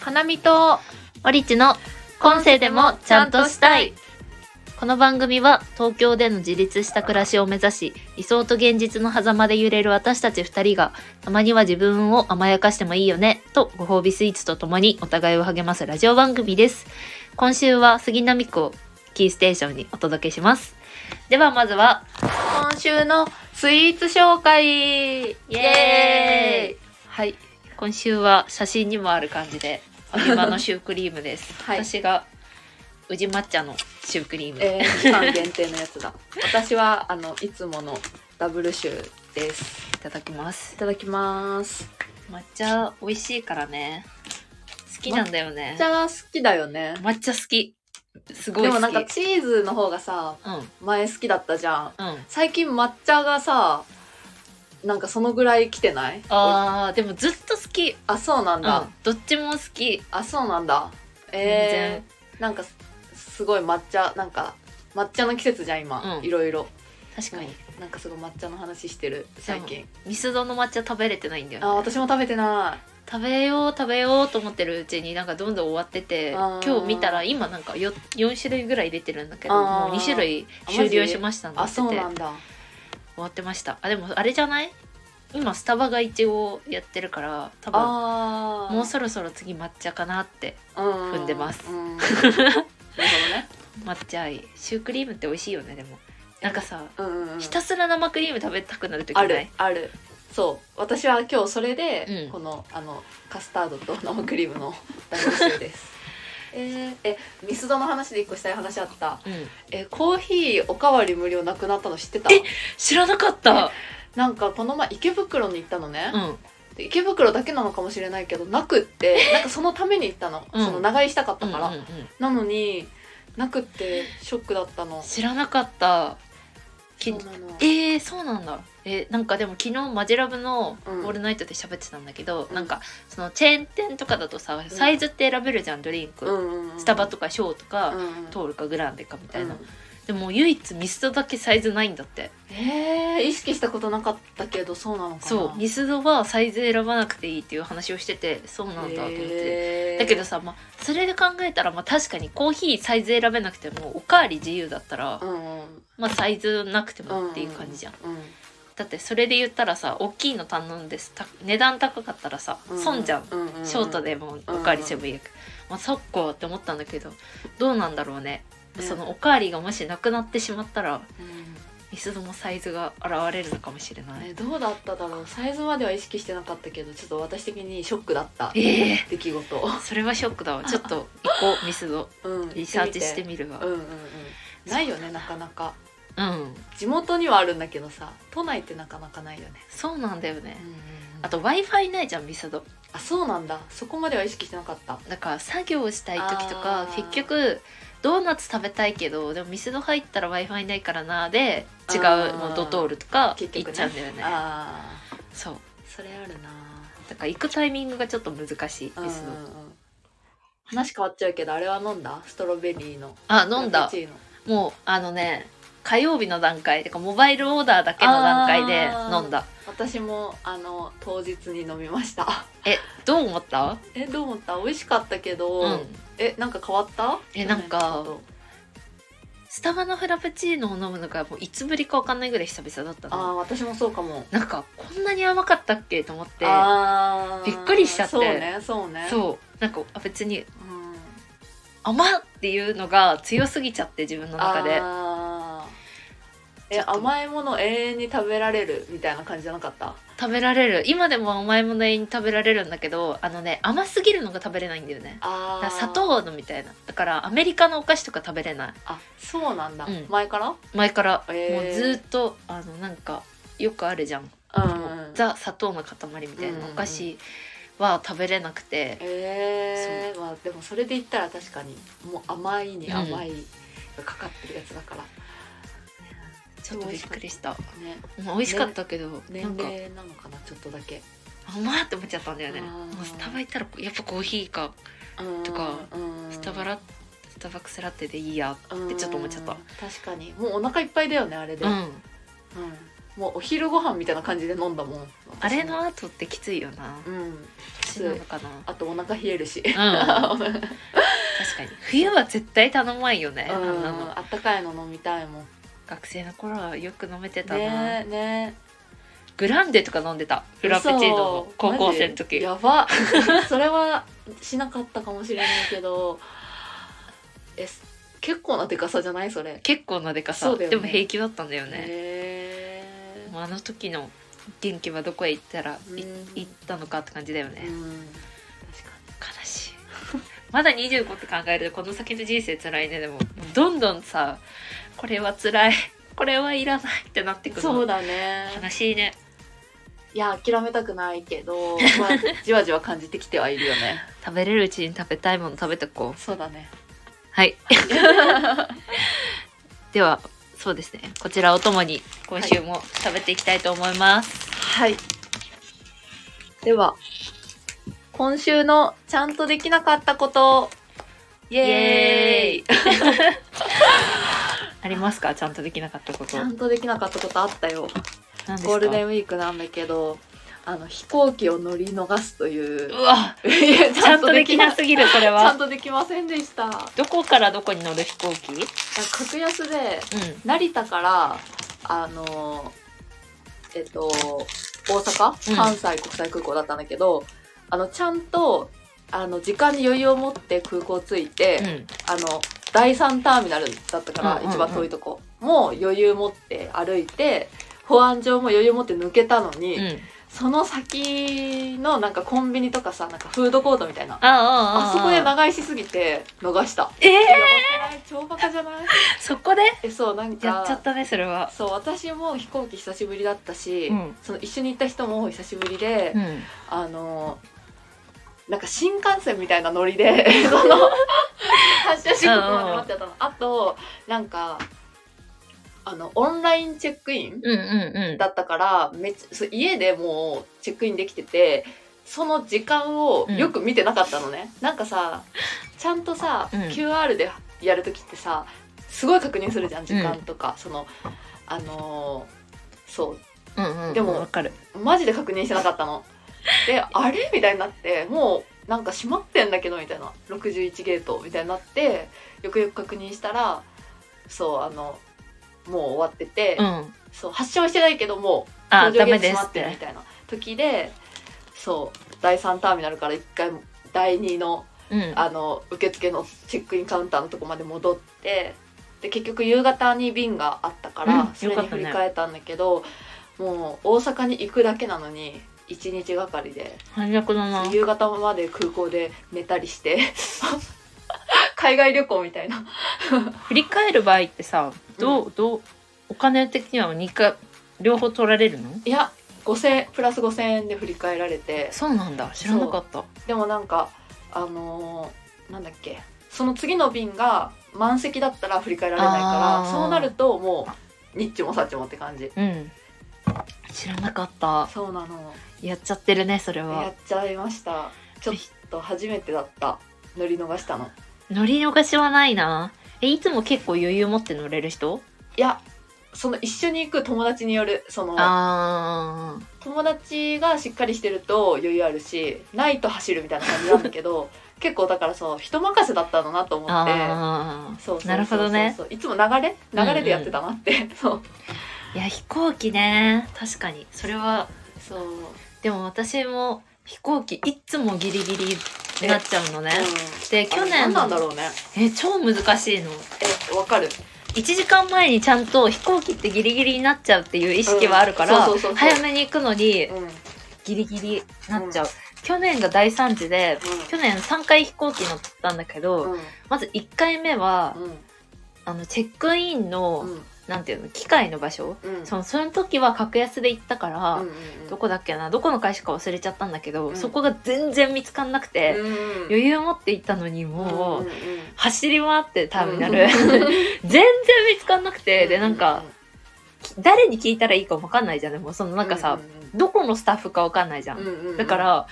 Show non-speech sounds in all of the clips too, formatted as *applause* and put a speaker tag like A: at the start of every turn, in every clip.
A: 花見と
B: オリチの今世でもちゃんとしたい。この番組は東京での自立した暮らしを目指し理想と現実の狭間で揺れる私たち2人がたまには自分を甘やかしてもいいよねとご褒美スイーツとともにお互いを励ますラジオ番組です今週は杉並区をキーステーションにお届けしますではまずは
A: 今週のスイーツ紹介イ
B: イ
A: エー
B: エー
A: イ
B: イ
A: はい、
B: 今週は写真にもある感じでファミマのシュークリームです
A: はい
B: 私が宇治抹茶のシュークリーム、
A: えー、期間限定のやつだ私はあのいつものダブルシューです
B: いただきます
A: いただきます
B: 抹茶美味しいからね好きなんだよね
A: 抹茶好きだよね
B: 抹茶好きすごい
A: で
B: 好き
A: もなんかチーズの方がさ
B: うん
A: 前好きだったじゃん
B: うん
A: 最近抹茶がさなんかそのぐらい来てない
B: あーでもずっと好き、うん、
A: あそうなんだ、
B: どっちも好き
A: あそうなんだえー、なんかすすごい抹茶なんか抹茶の季節じゃん今、
B: うん
A: いろいろ
B: 確かに、
A: なんかすごい抹茶の話してる最近
B: ミスドの抹茶食べれてないんだよ、ね、
A: あ私も食べてな
B: 食べよう食べようと思ってるうちになんかどんどん終わってて
A: あ
B: 今
A: ー
B: 日見たら今なんか 4, 4種類ぐらい出てるんだけど
A: あー
B: もう2種類
A: あ
B: 終
A: マ
B: 了
A: ジ
B: しました
A: い
B: な
A: あ
B: ってて
A: そうなんだ
B: 終わってましたあでもあれじゃない今スタバが一応やってるから多分
A: あー
B: もうそろそろ次抹茶かなって
A: うん
B: 踏んでます
A: うん
B: *laughs*
A: なるほどね
B: 抹茶愛シュークリームって美味しいよねでもなんかさ
A: うんうんうん
B: ひたすら生クリーム食べたくなる時な
A: あ
B: い
A: るあるそう私は今日それで、
B: うん
A: このあのカスタードと生クリームのダブルシューです
B: *laughs*
A: えーえミスドの話で一個したい話あった
B: うん、
A: えコーヒーおかわり無料なくなったの知ってた
B: え知らなかった、
A: なんかこの前池袋に行ったのね
B: う、ん、
A: で池袋だけなのかもしれないけどなく
B: *laughs*
A: ってなんかそのために行ったの、
B: うん
A: その長居したかったから、
B: うんうんうん
A: なのになくってショックだったの
B: 知らなかったき
A: そうなの
B: えー、そうなんだえなんかでも昨日マジラブの「オ
A: うん
B: ールナイト」で喋ってたんだけど、
A: うん
B: なんかそのチェーン店とかだとさサイズって選べるじゃんドリンク、
A: うんうんうん
B: スタバとかショーとか、
A: うんうん
B: トールかグランデかみたいな、
A: うん
B: でも唯一ミスドだけサイズないんだって
A: えー、意識したことなかったけどそうなのかな
B: そうミスドはサイズ選ばなくていいっていう話をしててそうなんだと思って、
A: へー
B: だけどさ、まあ、それで考えたら、まあ、確かにコーヒーサイズ選べなくてもおかわり自由だったら、
A: うんうん
B: まあ、サイズなくてもっていう感じじゃん、
A: うんうん
B: だってそれで言ったらさ大きいの頼んですた値段高かったらさ、
A: うん
B: 損じゃん、
A: うんうんうん
B: ショートでもおかわりすればいいやまあ、そっかって思ったんだけどどうなんだろうね
A: ね
B: そのおかわりがもしなくなってしまったら
A: うん
B: ミスドもサイズが現れるのかもしれない、
A: えどうだっただろうサイズまでは意識してなかったけどちょっと私的にショックだった
B: ええ
A: 出来事
B: それはショックだわちょっと一個ミスド
A: うん
B: リサーチしてみるわ
A: うんうんうんないよねなかなか
B: うん
A: 地元にはあるんだけどさ都内ってなかなかないよね
B: そうなんだよね、あ
A: あと
B: と w i f i ないじゃんミスド
A: あそうなんだそこまでは意識してなかった
B: だから作業したい時と
A: あ
B: か
A: ー
B: 結局ドーナツ食べたいけどでもミスド入ったら w i f i ないからなで違
A: あ
B: う
A: ー
B: もうドトールとか
A: 結
B: 行
A: 局
B: っ
A: ね
B: ちゃうんだよね
A: ああ
B: そう
A: それあるな
B: だから行くタイミングがちょっと難しい
A: うんうん
B: ミスド
A: うん話変わっちゃうけどあれは飲んだストロベリーの
B: あ飲ん
A: ラ
B: だ
A: ペチーノ
B: もうあのね火曜日の段階てかモバイルオーダーだけの段階で飲んだ
A: 私もあの当日に飲みました *laughs*
B: えどう思った
A: えどう思った美味しかったけど、
B: うん
A: えなんか変わった
B: えなんか
A: 去年のこと
B: スタバのフラペチーノを飲むのがもういつぶりかわかんないぐらい久々だった
A: あ
B: の
A: ー私もそうかも
B: なんかこんなに甘かったっけと思って
A: あー
B: びっくりしちゃって
A: そうねそうねう、
B: そうなんかあ別に
A: ん、
B: 甘っていうのが強すぎちゃって自分の中で
A: あーえ
B: ちょっと
A: 甘いもの永遠に食べられるみたいな感じじゃなかった
B: 食べられる今でも甘いもの永遠に食べられるんだけどあのね甘すぎるのが食べれないんだよねだ
A: あ
B: から
A: ー
B: 砂糖のみたいなだからアメリカのお菓子とか食べれない
A: あそうなんだ、
B: うん
A: 前から
B: 前からも
A: へー
B: うずっとあのなんかよくあるじゃん、
A: うん
B: ザ砂糖の塊みたい
A: うんうん
B: な
A: う
B: お
A: ん
B: 菓子は食べれなくて、
A: えー、まあでもそれで言ったら確かにもう甘いに甘いがかかってるやつだから、
B: ちょっとびっくりした
A: ね
B: うん美味しかったけど、な
A: 年
B: んか
A: 齢なのかなちょっとだけ
B: 甘って思っちゃったんだよね
A: あー
B: もうスタバ行ったらやっぱコーヒーかとか
A: うん
B: スタバラスタバックスラテでいいや
A: って
B: ちょっと思っちゃった
A: 確かにもうお腹いっぱいだよねあれで、
B: うん
A: うんもうお昼ご飯みたいな感じで飲んだもん
B: あれの後ってきついよな
A: うん
B: 私なのかな
A: あとお腹冷えるし、
B: うん
A: *laughs* うんうん
B: 確かに冬は絶対頼まんよねあんなの
A: あったかいの飲みたいもん
B: 学生の頃はよく飲めてたな、
A: ねえねえ
B: グランデとか飲んでたフラペチーノの
A: 嘘
B: 高校生の
A: マジ
B: 時
A: やば *laughs* それはしなかったかもしれないけどえ結構なでかさじゃないそれへ
B: 結構なでか
A: そ
B: さ、
A: うだよね
B: でも平気だったんだよね、
A: え
B: もうあの時の元気はどこへ行ったら、
A: うん
B: い行ったのかって感じだよね、
A: う
B: 悲
A: ん確か
B: しい *laughs* まだ25って考えるとこの先の人生辛いねでももうどんどんさこれは辛いこれはいらないってなって
A: に
B: くる
A: そうだね
B: 悲しいね
A: いや諦めたくないけど、まあ、じわじわ感じてきてはいるよ
B: *laughs*
A: ね
B: 食べれるうちに食べたいもの食べとこう
A: そうだね
B: はい
A: *laughs*
B: ではそうですねこちらをともに今週も食べていきたいと思います、
A: はいでは今週のちゃんとできなかったことイ
B: イ
A: エーイ *laughs*
B: エーイありますかちゃんとできなかったこと
A: ちゃんとできなかったことあったよ
B: 何ですか
A: ゴールデンウィークなんだけどあの飛行機を乗り逃すという
B: うわ
A: いや
B: *laughs* ちゃんとできな
A: *laughs* ち
B: すぎるこれ
A: ゃん
B: は
A: とできませんでしたいや
B: どこからどこに乗る飛行機うん
A: 格安で成田からあのえっと大阪、
B: うん
A: 関西国際空港だったんだけどあのちゃんとあの時間に余裕を持って空港着いて、
B: うん
A: あの第3ターミナルだったから、
B: うんうんうん
A: 一番遠いとこもう余裕持って歩いて保安上も余裕持って抜けたのに、
B: うん
A: その先のなんかコンビニとかさなんかフードコートみたいな
B: あああ
A: あそこで長居しすぎて逃した
B: え
A: や
B: え
A: ばくない超バカじゃない
B: ー、そこで
A: えそうなん
B: やっちゃっ
A: か
B: たねそれは
A: そう私も飛行機久しぶりだったし、
B: ん
A: その一緒に行った人も久しぶりで、
B: うん
A: あのなんか新幹線みたいなノリで *laughs* その発車時刻まで待ってたのあとなんかあのオンラインチェックイン
B: うんうん
A: だったからめっちゃそう家でもうチェックインできててその時間をよく見てなかったのね、なんかさちゃんとさ、
B: うん
A: QR でやる時ってさすごい確認するじゃん時間とか、そのあのーそう
B: うんうんうん
A: でも
B: わかる
A: マジで確認してなかったの。であれみたいになってもうなんか閉まってんだけどみたいな61ゲートみたいになってよくよく確認したらそうあのもう終わってて、
B: うん
A: そう発症してないけどもう
B: あ
A: 搭乗
B: ダ
A: ゲー
B: メ
A: ト閉
B: で
A: ます
B: っ
A: ってるみ
B: て
A: たいな時でそう第3ターミナルから1回第2の
B: うん
A: あの受付のチェックインカウンターのとこまで戻ってで結局夕方に便があったから、
B: うん
A: それに
B: よかった
A: 振
B: ね
A: り替えたんだけど、もう大阪に行くだけなのに1日がかりで、
B: 反逆だな
A: 夕方まで空港で寝たりして *laughs* 海外旅行みたいな
B: 振り返る場合ってさどうどうお金的には二回両方取られるの
A: いや5000円プラス5000円で振り替えられて
B: そうなんだ知らなかった
A: でもなんかあのーなんだっけその次の便が満席だったら振り替えられないか
B: あ
A: ら
B: ー
A: そうなるともうニッチもサッチもって感じ
B: うん知らなかった
A: そうなの
B: やっちゃってるねそれ
A: やっ
B: は
A: ちゃいましたちょっと初めてだった乗り逃
B: *laughs*
A: したの
B: 乗り逃しはないなえいつも結構余裕持って乗れる人
A: いやその一緒に行く友達によるその
B: あー
A: 友達がしっかりしてると余裕あるしないと走るみたいな感じなんだけ
B: *laughs*
A: ど結構だからそう人任せだったのなと思って
B: あ
A: そうそうそうそう
B: なるほどね
A: いつも流れ流れでやってたなって、そう
B: ーいや飛行機ね確かにそれは
A: そう、
B: でも私も飛行機いつもギリギリになっちゃうのねで去
A: 去
B: 年
A: 年なんだろうね
B: え超難しいの
A: えわかる
B: 1時間前にちゃんと飛行機ってギリギリになっちゃうっていう意識はあるから
A: うんそうそうそうそう
B: 早めに行くのに
A: うんうん
B: ギリギリなっちゃう、去年が大惨事で去年3回飛行機乗ったんだけど、
A: うん
B: まず1回目は、あのチェックインの、
A: うん
B: なんていうの機械の場所、
A: うん
B: そのその時は格安で行ったから、
A: うんうんうん
B: どこだっけなどこの会社か忘れちゃったんだけど、
A: うん
B: そこが全然見つかんなくて、
A: うん
B: 余裕持って行ったのにもう、
A: んんん
B: 走り回ってターミナル、
A: うん
B: *laughs* 全然見つかんなくて、でなんか、誰に聞いたらいいか分かんないじゃんでもそのなんかさ、どこのスタッフか分かんないじゃん、
A: うんうんうん
B: だから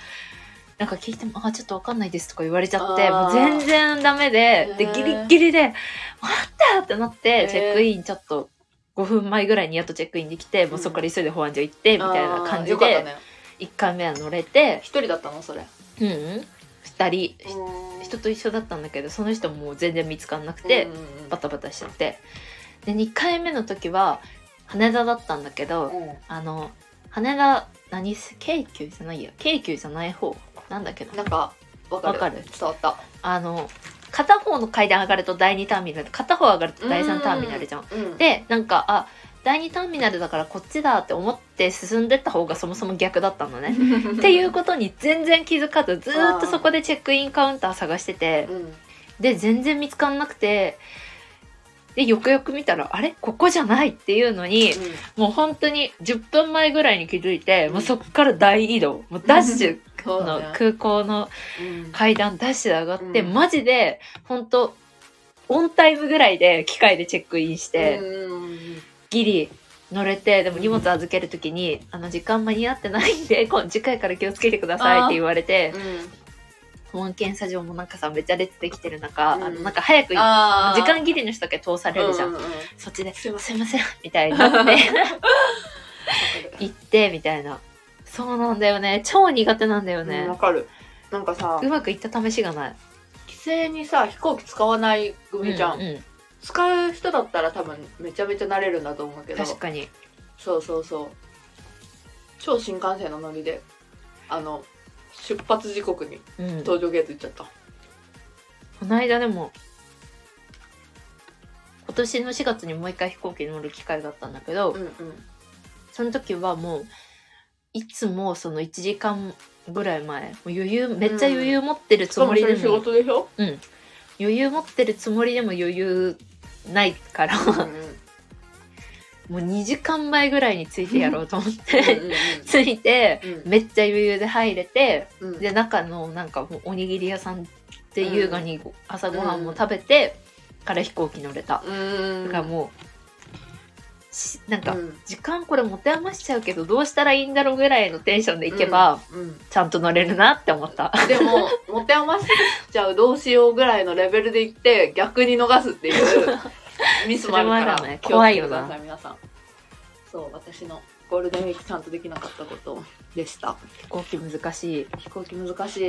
B: なんか聞いても「あちょっと分かんないです」とか言われちゃって
A: あー
B: もう全然ダメでで
A: へー
B: ギリッギリで「待った!」ってなって
A: ー
B: チェックインちょっと5分前ぐらいにやっとチェックインできてもうそこから急いで保安所行ってみたいな感
A: あー
B: じで、
A: よかったね
B: 1回目は乗れて
A: 一人だったのそれ
B: うんうん2人人
A: 人
B: と一緒だったんだけどその人も全然見つかんなくて、バタバタしちゃってで2回目の時は羽田だったんだけどあの羽田何す京急じゃないや京急じゃない方なんだっけな
A: なんかわかる
B: わかる
A: 伝わった
B: あの片方の階段上がると第2ターミナル片方上がると第3ターミナルじゃん。
A: うん
B: でなんかあ第2ターミナルだからこっちだって思って進んでった方がそもそも逆だったのね。
A: っ
B: っていうことに全然気づかずずーっとそこでチェックインカウンター探してて
A: うん
B: で全然見つかんなくてでよくよく見たらあれここじゃないっていうのにもう本当に10分前ぐらいに気づいて、
A: うん
B: もうそっから大移動もうダッシュ
A: そ
B: こ
A: うだ
B: の
A: ね
B: 空港の
A: うん
B: 階段ダッシュで上がって、
A: うん
B: マジで本当オンタイムぐらいで機械でチェックインして、
A: うん
B: ギリ乗れてでも荷物預ける時に「あの時間間に合ってないんで今次回から気をつけてください」って言われて
A: うん
B: 保安検査場もなんかさめっちゃ列できてる中、
A: うん
B: あのなんか早く時
A: あー
B: 間ギリの人だけ通されるじゃん、
A: ううう
B: そっちです
A: いませ
B: すいませんみたいに
A: *laughs*
B: なって
A: ん
B: 行ってみたいなそうなんだよね超苦手なんだよ
A: うん
B: ね
A: わ、、かるなんかさ
B: うまくいった試しがない
A: 規制にさ飛行機使わない組じゃん、
B: うんうん
A: 使う人だったら多分めちゃめちゃ慣れるんだと思うけど
B: 確かに
A: そうそうそう超新幹線の乗りであの出発時刻に
B: うん
A: 搭乗ゲート行っちゃった、
B: この間でも今年の4月にもう一回飛行機に乗る機会があったんだけど、
A: うんうん
B: その時はもういつもその1時間ぐらい前もう余裕めっちゃ余裕持ってる
A: し
B: つ
A: かも
B: もり
A: そ
B: で
A: れ仕
B: も、
A: 事でしょ、
B: 余裕持ってるつもりでも余裕ないから、 *laughs*
A: うんうん
B: もう2時間前ぐらいについてやろうと思っ
A: うん
B: てついて
A: うん
B: めっちゃ余裕で入れて
A: うんうん
B: で中のなんかもうおにぎり屋さんで
A: うん
B: 優雅にご朝ごはんも食べてから飛行機乗れた。
A: うん
B: だからもうしなんか
A: うん
B: 時間これ持て余しちゃうけどどうしたらいいんだろうぐらいのテンションで行けば、
A: うん
B: ちゃんと乗れるなって思った。 *laughs*
A: でも持て余しちゃうどうしようぐらいのレベルで行って逆に逃すって
B: *laughs*
A: いうミスもあるから
B: それもあるよね怖い
A: 気
B: よ
A: を
B: な
A: つけてください皆さんそう私のゴールデンウィークちゃんとできなかったことでした
B: 飛行機難しい。
A: 飛行機難しい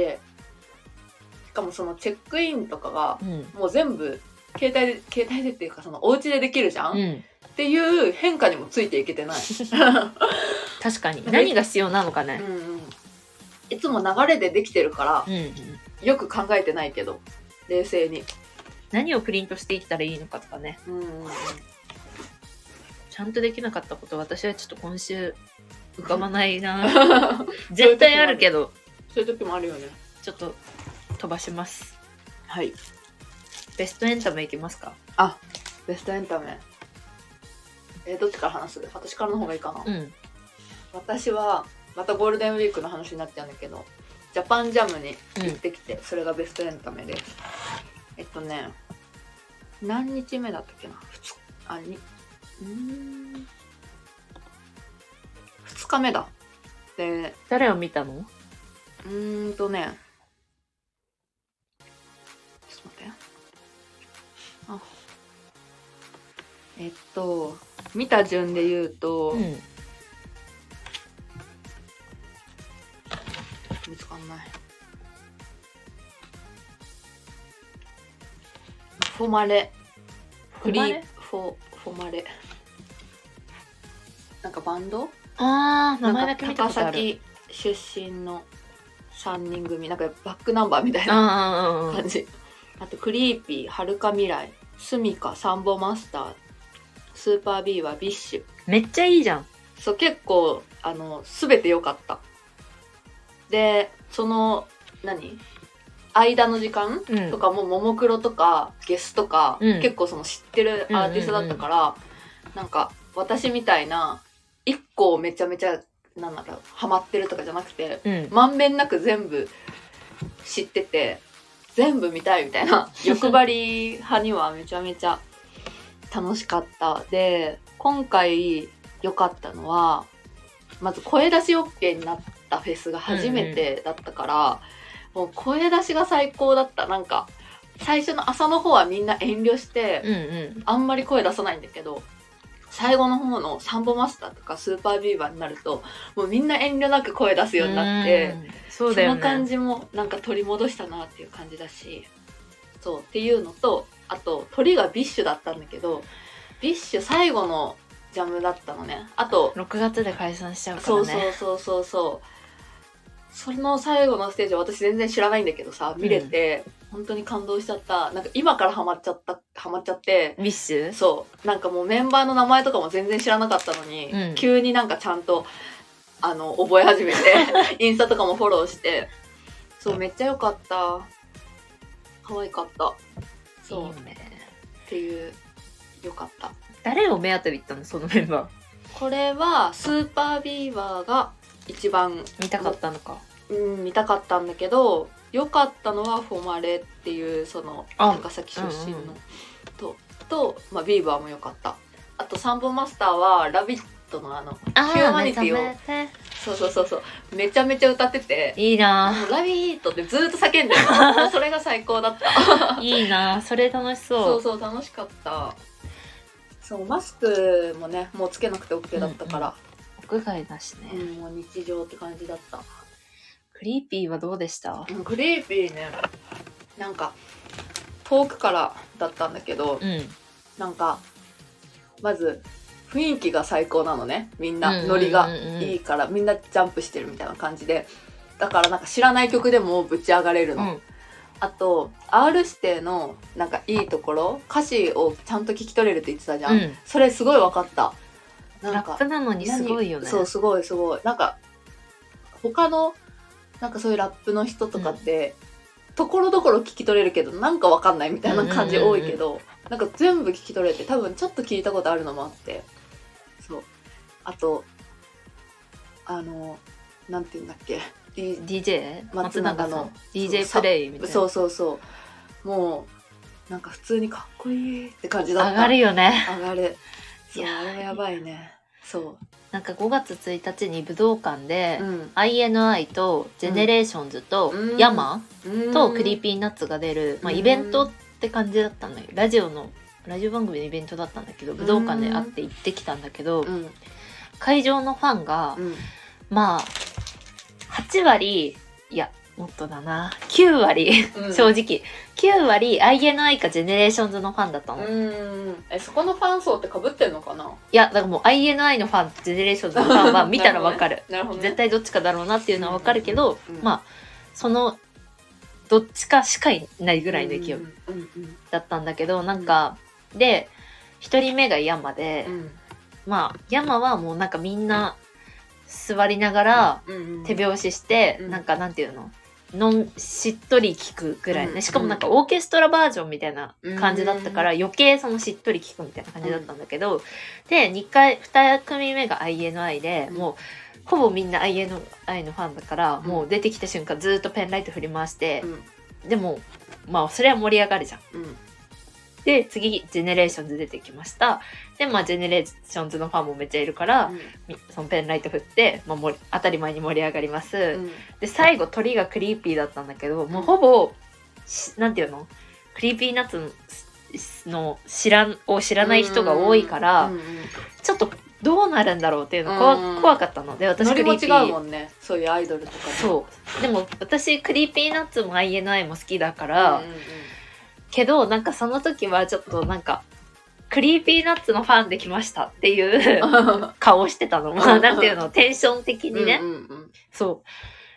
A: しかもそのチェックインとかが
B: うん。
A: もう全部携帯で携帯でっていうかそのお家でできるじゃん、
B: う
A: っ
B: ん。
A: ていう変化にもついていけてない、
B: 確かに。
A: なんか
B: 何が必要なのか
A: *laughs* う
B: ね。
A: んうんいつも流れでできてるから
B: うん、うん。
A: よく考えてないけど冷静に
B: 何をプリントしていったらいいのかとかね。
A: うんうんうん
B: ちゃんとできなかったこと、私はちょっと今週浮かばないな。 *laughs* 絶対あるけど、
A: そういう時もあるよね。
B: ちょっと飛ばします。
A: はい。
B: ベストエンタメいきますか
A: ベストエンタメ。えーどっちから話す私からの方がいいかな。
B: うん。
A: 私は、またゴールデンウィークの話になっちゃうんだけど、ジャパンジャムに行ってきて、それがベストエンタメです。えっとね、何日目だったっけな ?2 あ、に、うーん。2日目だ。で、
B: 誰を見たの
A: うーんとね。ちょっと待って。あ。えっと、見た順で言うと、
B: うん。
A: 見つかんない。フォマレ。フリ
B: フォマ
A: ー
B: レ。
A: フォ、フォマレ。なんかバンド
B: あー、名
A: な
B: 前
A: ん
B: だけ
A: か
B: 見た
A: 高
B: ことある。
A: 崎出身の3人組。なんかバックナンバーみたいな。
B: あー、うんうんうん
A: 感じあとクリーピーはるか未来スミカサンボマスタースーパービーはビッシュ
B: めっちゃいいじゃん。
A: そう結構あの全て良かったでその何間の時間
B: うん
A: と。かもももクロとかゲスとか、
B: うん
A: 結構その知ってるアーティストだったから、なんか私みたいな一個をめちゃめちゃなんだろうハマってるとかじゃなくて、
B: うん。
A: まんべんなく全部知ってて全部見たいみたい
B: *laughs*
A: な欲張り派にはめちゃめちゃ楽しかったで今回良かったのはまず声出し OK になったフェスが初めてだったから、もう声出しが最高だったなんか最初の朝の方はみんな遠慮して、
B: うんうん。
A: あんまり声出さないんだけど最後の方のサンボマスターとかスーパービーバーになるともうみんな遠慮なく声出すようになって。
B: うんそうだよ
A: その感
B: ね
A: じもなんか取り戻したなっていう感じだしそうっていうのとあと鳥がビッシュだったんだけどビッシュ最後のジャムだったのねあと
B: 6月で解散しちゃうから
A: そ
B: ね
A: うそうそうそうそうその最後のステージは私全然知らないんだけどさ見れて、本当に感動しちゃったなんか今からハマっちゃったハマっちゃって
B: ビッシュ
A: そうなんかもうメンバーの名前とかも全然知らなかったのに、
B: うん
A: 急になんかちゃんとあの覚え始 *laughs* めてインスタとかもフォローしてそうめっちゃ良かった可愛かったそう
B: いいね
A: っていう良かった
B: 誰を目当てに行ったのそのメンバー
A: これはスーパービーバーが一番
B: 見たかったのか
A: うん、見たかったんだけど良かったのはフォマレっていうその
B: あ
A: 高崎出身の、
B: うんうん
A: とと、まあ、ビーバーも良かったあとサンボマスターは「ラビット!」のあの
B: あ
A: ヒューマニティを
B: 目覚め
A: そうそうそうそうめちゃめちゃ歌ってて
B: てい
A: 「
B: いな
A: もうラビット!」ってずっと叫んでるのもうそれが最高だった
B: *laughs* いいなそれ楽し
A: そ
B: そう
A: うそう楽しかったそうマスクもねもうつけなくて OK だったから、
B: 屋外だし
A: うん
B: ね
A: もう日常って感じだった
B: クリーピーはどうでした
A: うんクリーピーねなんか遠くからだったんだけど
B: うん
A: なんかまず雰囲気が最高なのねみんなノリがい
B: い
A: いからみんなジャンプしてるみたいな感じでだからなんか知らない曲でもぶち上がれるの、あと R 指定のなんかいいところ歌詞をちゃんと聞き取れるって言ってたじゃん、
B: ラ
A: それすごい分かったなん
B: ッ
A: か
B: プなのにすごいよね
A: そうすごいすごいなんか他のなんかそういうラップの人とかって、ところどころ聞き取れるけどなんかわかんないみたいな感じ
B: うんうんう
A: 多
B: んうん
A: いけど、なんか全部聞き取れて多分ちょっと聞いたことあるのもあってそうあとあのなんて言うんだっけ D-
B: DJ
A: 松永の
B: 松さん DJ プレイみたい
A: そ
B: な
A: うそうそうもうなんか普通にかっこいいって感じだった
B: 上がるよね
A: 上がるそう
B: いやー
A: あれはやばいねそ
B: なんか5月1日に武道館で
A: う、うん、
B: INI とジェネレーションズと
A: うん
B: ヤマとク
A: ピ
B: リーピーナッツが出る、まあ、
A: うん
B: イベントって感じだったんだけどラジオのラジオ番組のイベントだったんだけど武道館で会って行ってきたんだけど、
A: うん
B: 会場のファンが、
A: うん
B: まあ8割いやもっとだな9割正直、9割 INI かジェネレーションズのファンだったの、い
A: うんえそこのファン層ってかぶってんのかな
B: やだからもう INI のファンとジェネレーションズのファンは見たらわかる
A: なるほど、ね、
B: 絶対どっちかだろうなっていうのはわかるけど、
A: うんうんうん
B: まあそのどっちかしかいないぐらいの勢い
A: うんうんうん
B: だったんだけど、なんかで1人目が山で、
A: うん
B: まあ山はもうなんかみんな座りながら
A: うんうん
B: 手拍子して、
A: うん
B: なんかなんていうののんしっとり聞くぐらいね、
A: うん
B: しかもなんかオーケストラバージョンみたいな感じだったから、余計そのしっとり聞くみたいな感じだったんだけど、で2回2組目が INI で、
A: うん
B: もうほぼみんな INI のファンだから、
A: ん
B: もう出てきた瞬間ずーっとペンライト振り回して
A: う、ん
B: でもまあそれは盛り上がるじゃん。
A: うん
B: で次ジェネレーションズ出てきましたでまあジェネレーションズのファンもめっちゃいるから、みそのペンライト振って、まあ、盛り当たり前に盛り上がります、
A: うん
B: で最後鳥がクリーピーだったんだけどもうほぼしなんていうのクリーピーナッツのすの知らんを知らない人が多いから、
A: うんうん
B: ちょっとどうなるんだろうっていうの怖,、
A: うん
B: 怖かったので私
A: ノリ
B: クリ
A: も
B: ーピ
A: 違うも
B: ー
A: んねそういうアイドルとかう
B: そうでも私クリーピーナッツも INI も好きだから、
A: んうんうん
B: けどなんかその時はちょっとなんかクリーピーナッツのファンできましたっていう顔をしてたのまあなんていうのテンション的にね、
A: うんうん
B: そ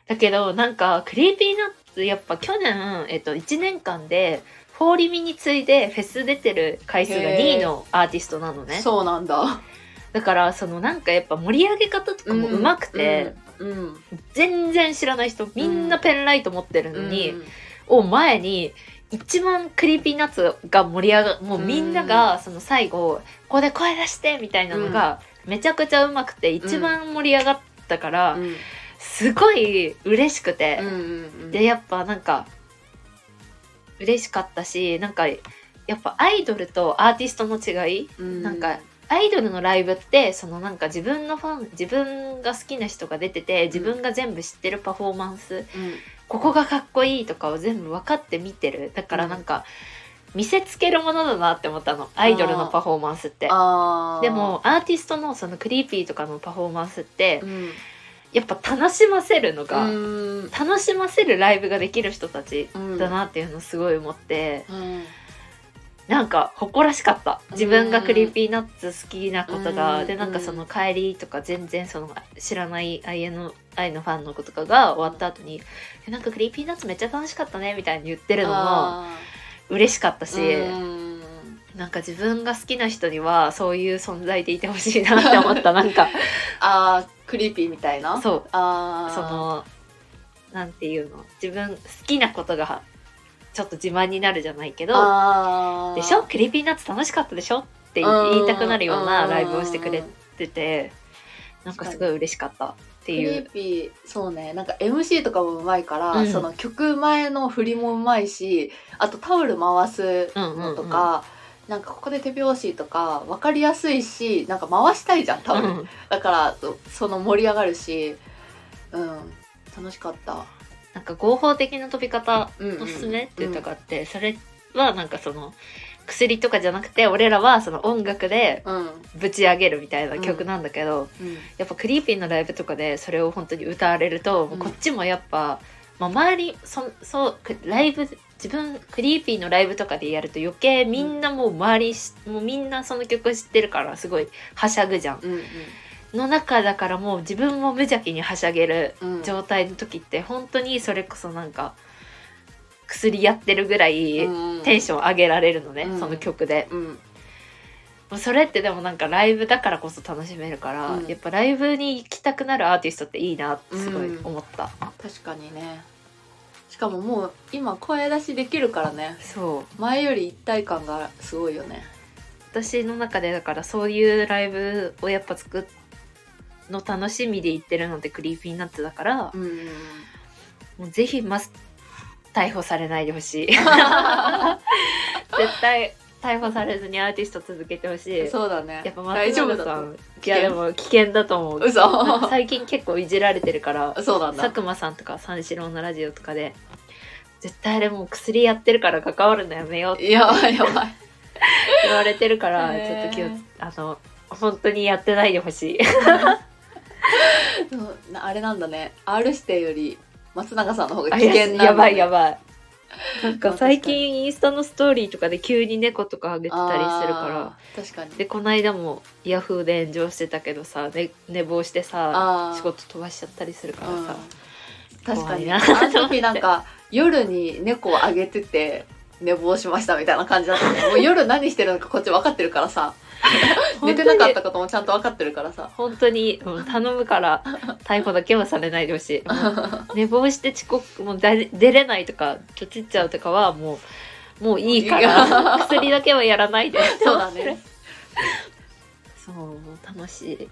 B: うだけどなんかクリーピーナッツやっぱ去年、えっと、1年間でフォーリミに次いでフェス出てる回数が2位のアーティストなの
A: うん
B: ね
A: そうなんだ
B: だからそのなんかやっぱ盛り上げ方とかもうまくて、
A: うんうん
B: 全然知らない人みんなペンライト持ってる
A: う
B: の
A: ん
B: に、を前に一番クリーピーナッツが盛り上がもうみんながその最後「ここで声出して!」みたいなのがめちゃくちゃうまくて一番盛り上がったから、
A: うん
B: すごい嬉しくて
A: うん、うん
B: でやっぱなんか嬉しかったしなんかやっぱアイドルとアーティストの違い
A: うん
B: なんかアイドルのライブってそのなんか自分のファン自分が好きな人が出てて自分が全部知ってるパフォーマンス
A: うん
B: ここがかっこいいとかを全部分かって見てるだからなんか、見せつけるものだなって思ったのアイドルのパフォーマンスって
A: あー
B: で、もアーティストのそのクリーピーとかのパフォーマンスって
A: うん、
B: やっぱ楽しませるのが、
A: うん
B: 楽しませるライブができる人たち
A: うん
B: だなっていうのすごい思って、
A: うん
B: なんか誇らしかった自分がクリーピーナッツ好きなことが、
A: うん
B: でなんかその帰りとか全然その知らない INI ののファンの子とかが終わった後に「なんかクリーピーナッツめっちゃ楽しかったね」みたいに言ってるのも
A: あ
B: 嬉しかったし、
A: ーうん
B: なんか自分が好きな人にはそういう存在でいてほしいなって思ったなんか
A: *laughs* あークリーピーみたいな
B: そう
A: あー
B: そのなんていうの自分好きなことがちょっと自慢になるじゃないけど
A: あ
B: 「
A: ー
B: でしょクリーピーナッツ楽しかったでしょ?」って言いたくなるようなライブをしてくれ
A: うん
B: ててなんかすごい嬉しかったって
A: ク
B: い
A: リ
B: う
A: ー。ピーそうねなんか MC とかもうまいから、
B: うん
A: その曲前の振りもうまいしあとタオル回すのとか、なんかここで手拍子とか分かりやすいしなんか回したいじゃんタオル、
B: うん
A: だからそその盛り上がるしうん楽しかった、
B: なんか合法的な飛び方
A: うんうん
B: おすすめっていうとかあって、それはなんかその薬とかじゃなくて俺らはその音楽で
A: うん、うん
B: ぶち上げるみたいな曲なんだけど、やっぱクリーピーのライブとかでそれを本当に歌われると、もうこっちもやっぱ、まあ、周りそそうくライブ自分クリーピーのライブとかでやると余計みんなもう周りし、もうみんなその曲知ってるからすごいはしゃぐじゃん。
A: うん
B: の中だからもう自分も無邪気にはしゃげる
A: うんうん
B: 状態の時って本当にそれこそなんか薬やってるぐらいテンション上げられるのね、
A: うん
B: その曲で。
A: うん
B: もうそれってでもなんかライブだからこそ楽しめるから、
A: うん
B: やっぱライブに行きたくなるアーティストっていいなってすごい思った、
A: 確かにねしかももう今声出しできるからね
B: そう
A: 前より一体感がすごいよね
B: 私の中でだからそういうライブをやっぱ作っの楽しみで行ってるのってクリーピーナッツだから、
A: うんうんうん
B: もうぜひマス逮捕されないでほ
A: *laughs*
B: しい絶対逮捕されずにアーティスト続けてほしい
A: そうだね
B: やっぱ
A: 大
B: 松
A: 丈夫
B: 村
A: だ
B: さ
A: と
B: ん
A: 思う
B: いやでも危険だと思 *laughs* う
A: 嘘
B: なんか最近結構いじられてるから
A: そうなんだ
B: 佐久間さんとか三四郎のラジオとかで絶対あれもう薬やってるから関わるのやめようって
A: やばいやばい
B: 言われてるからちょっと気を
A: *laughs* へー
B: あの本当にやってないでほしい
A: そうなあれなんだね R 指定より松永さんの方が
B: あ
A: 危険なんだ、ね、
B: *laughs* やばいや
A: ばい
B: ばいなん
A: ま
B: か
A: あ
B: 最近インスタのストーリーとかで急に猫とかあげてたりするから
A: 確かに
B: でこの間もヤフーで炎上してたけどさ、ね、寝坊してさ
A: あー
B: 仕事飛ばしちゃったりするから
A: う
B: さ、
A: ん、確か
B: 怖い
A: に
B: な
A: あの時なんか夜に猫をあげてて寝坊しましたみたいな感じだったねもう夜何してるのかこっち分かってるからさ寝てなかったこともちゃんと分かってるからさ
B: 本当にもう頼むから逮捕だけはされないでほしいも *laughs* う寝坊して遅刻もうだれ出れないとかちょちっちゃうとかはもうもういいか
A: い
B: ら薬だけはやらない *laughs* で
A: そうだね
B: そうもう楽しい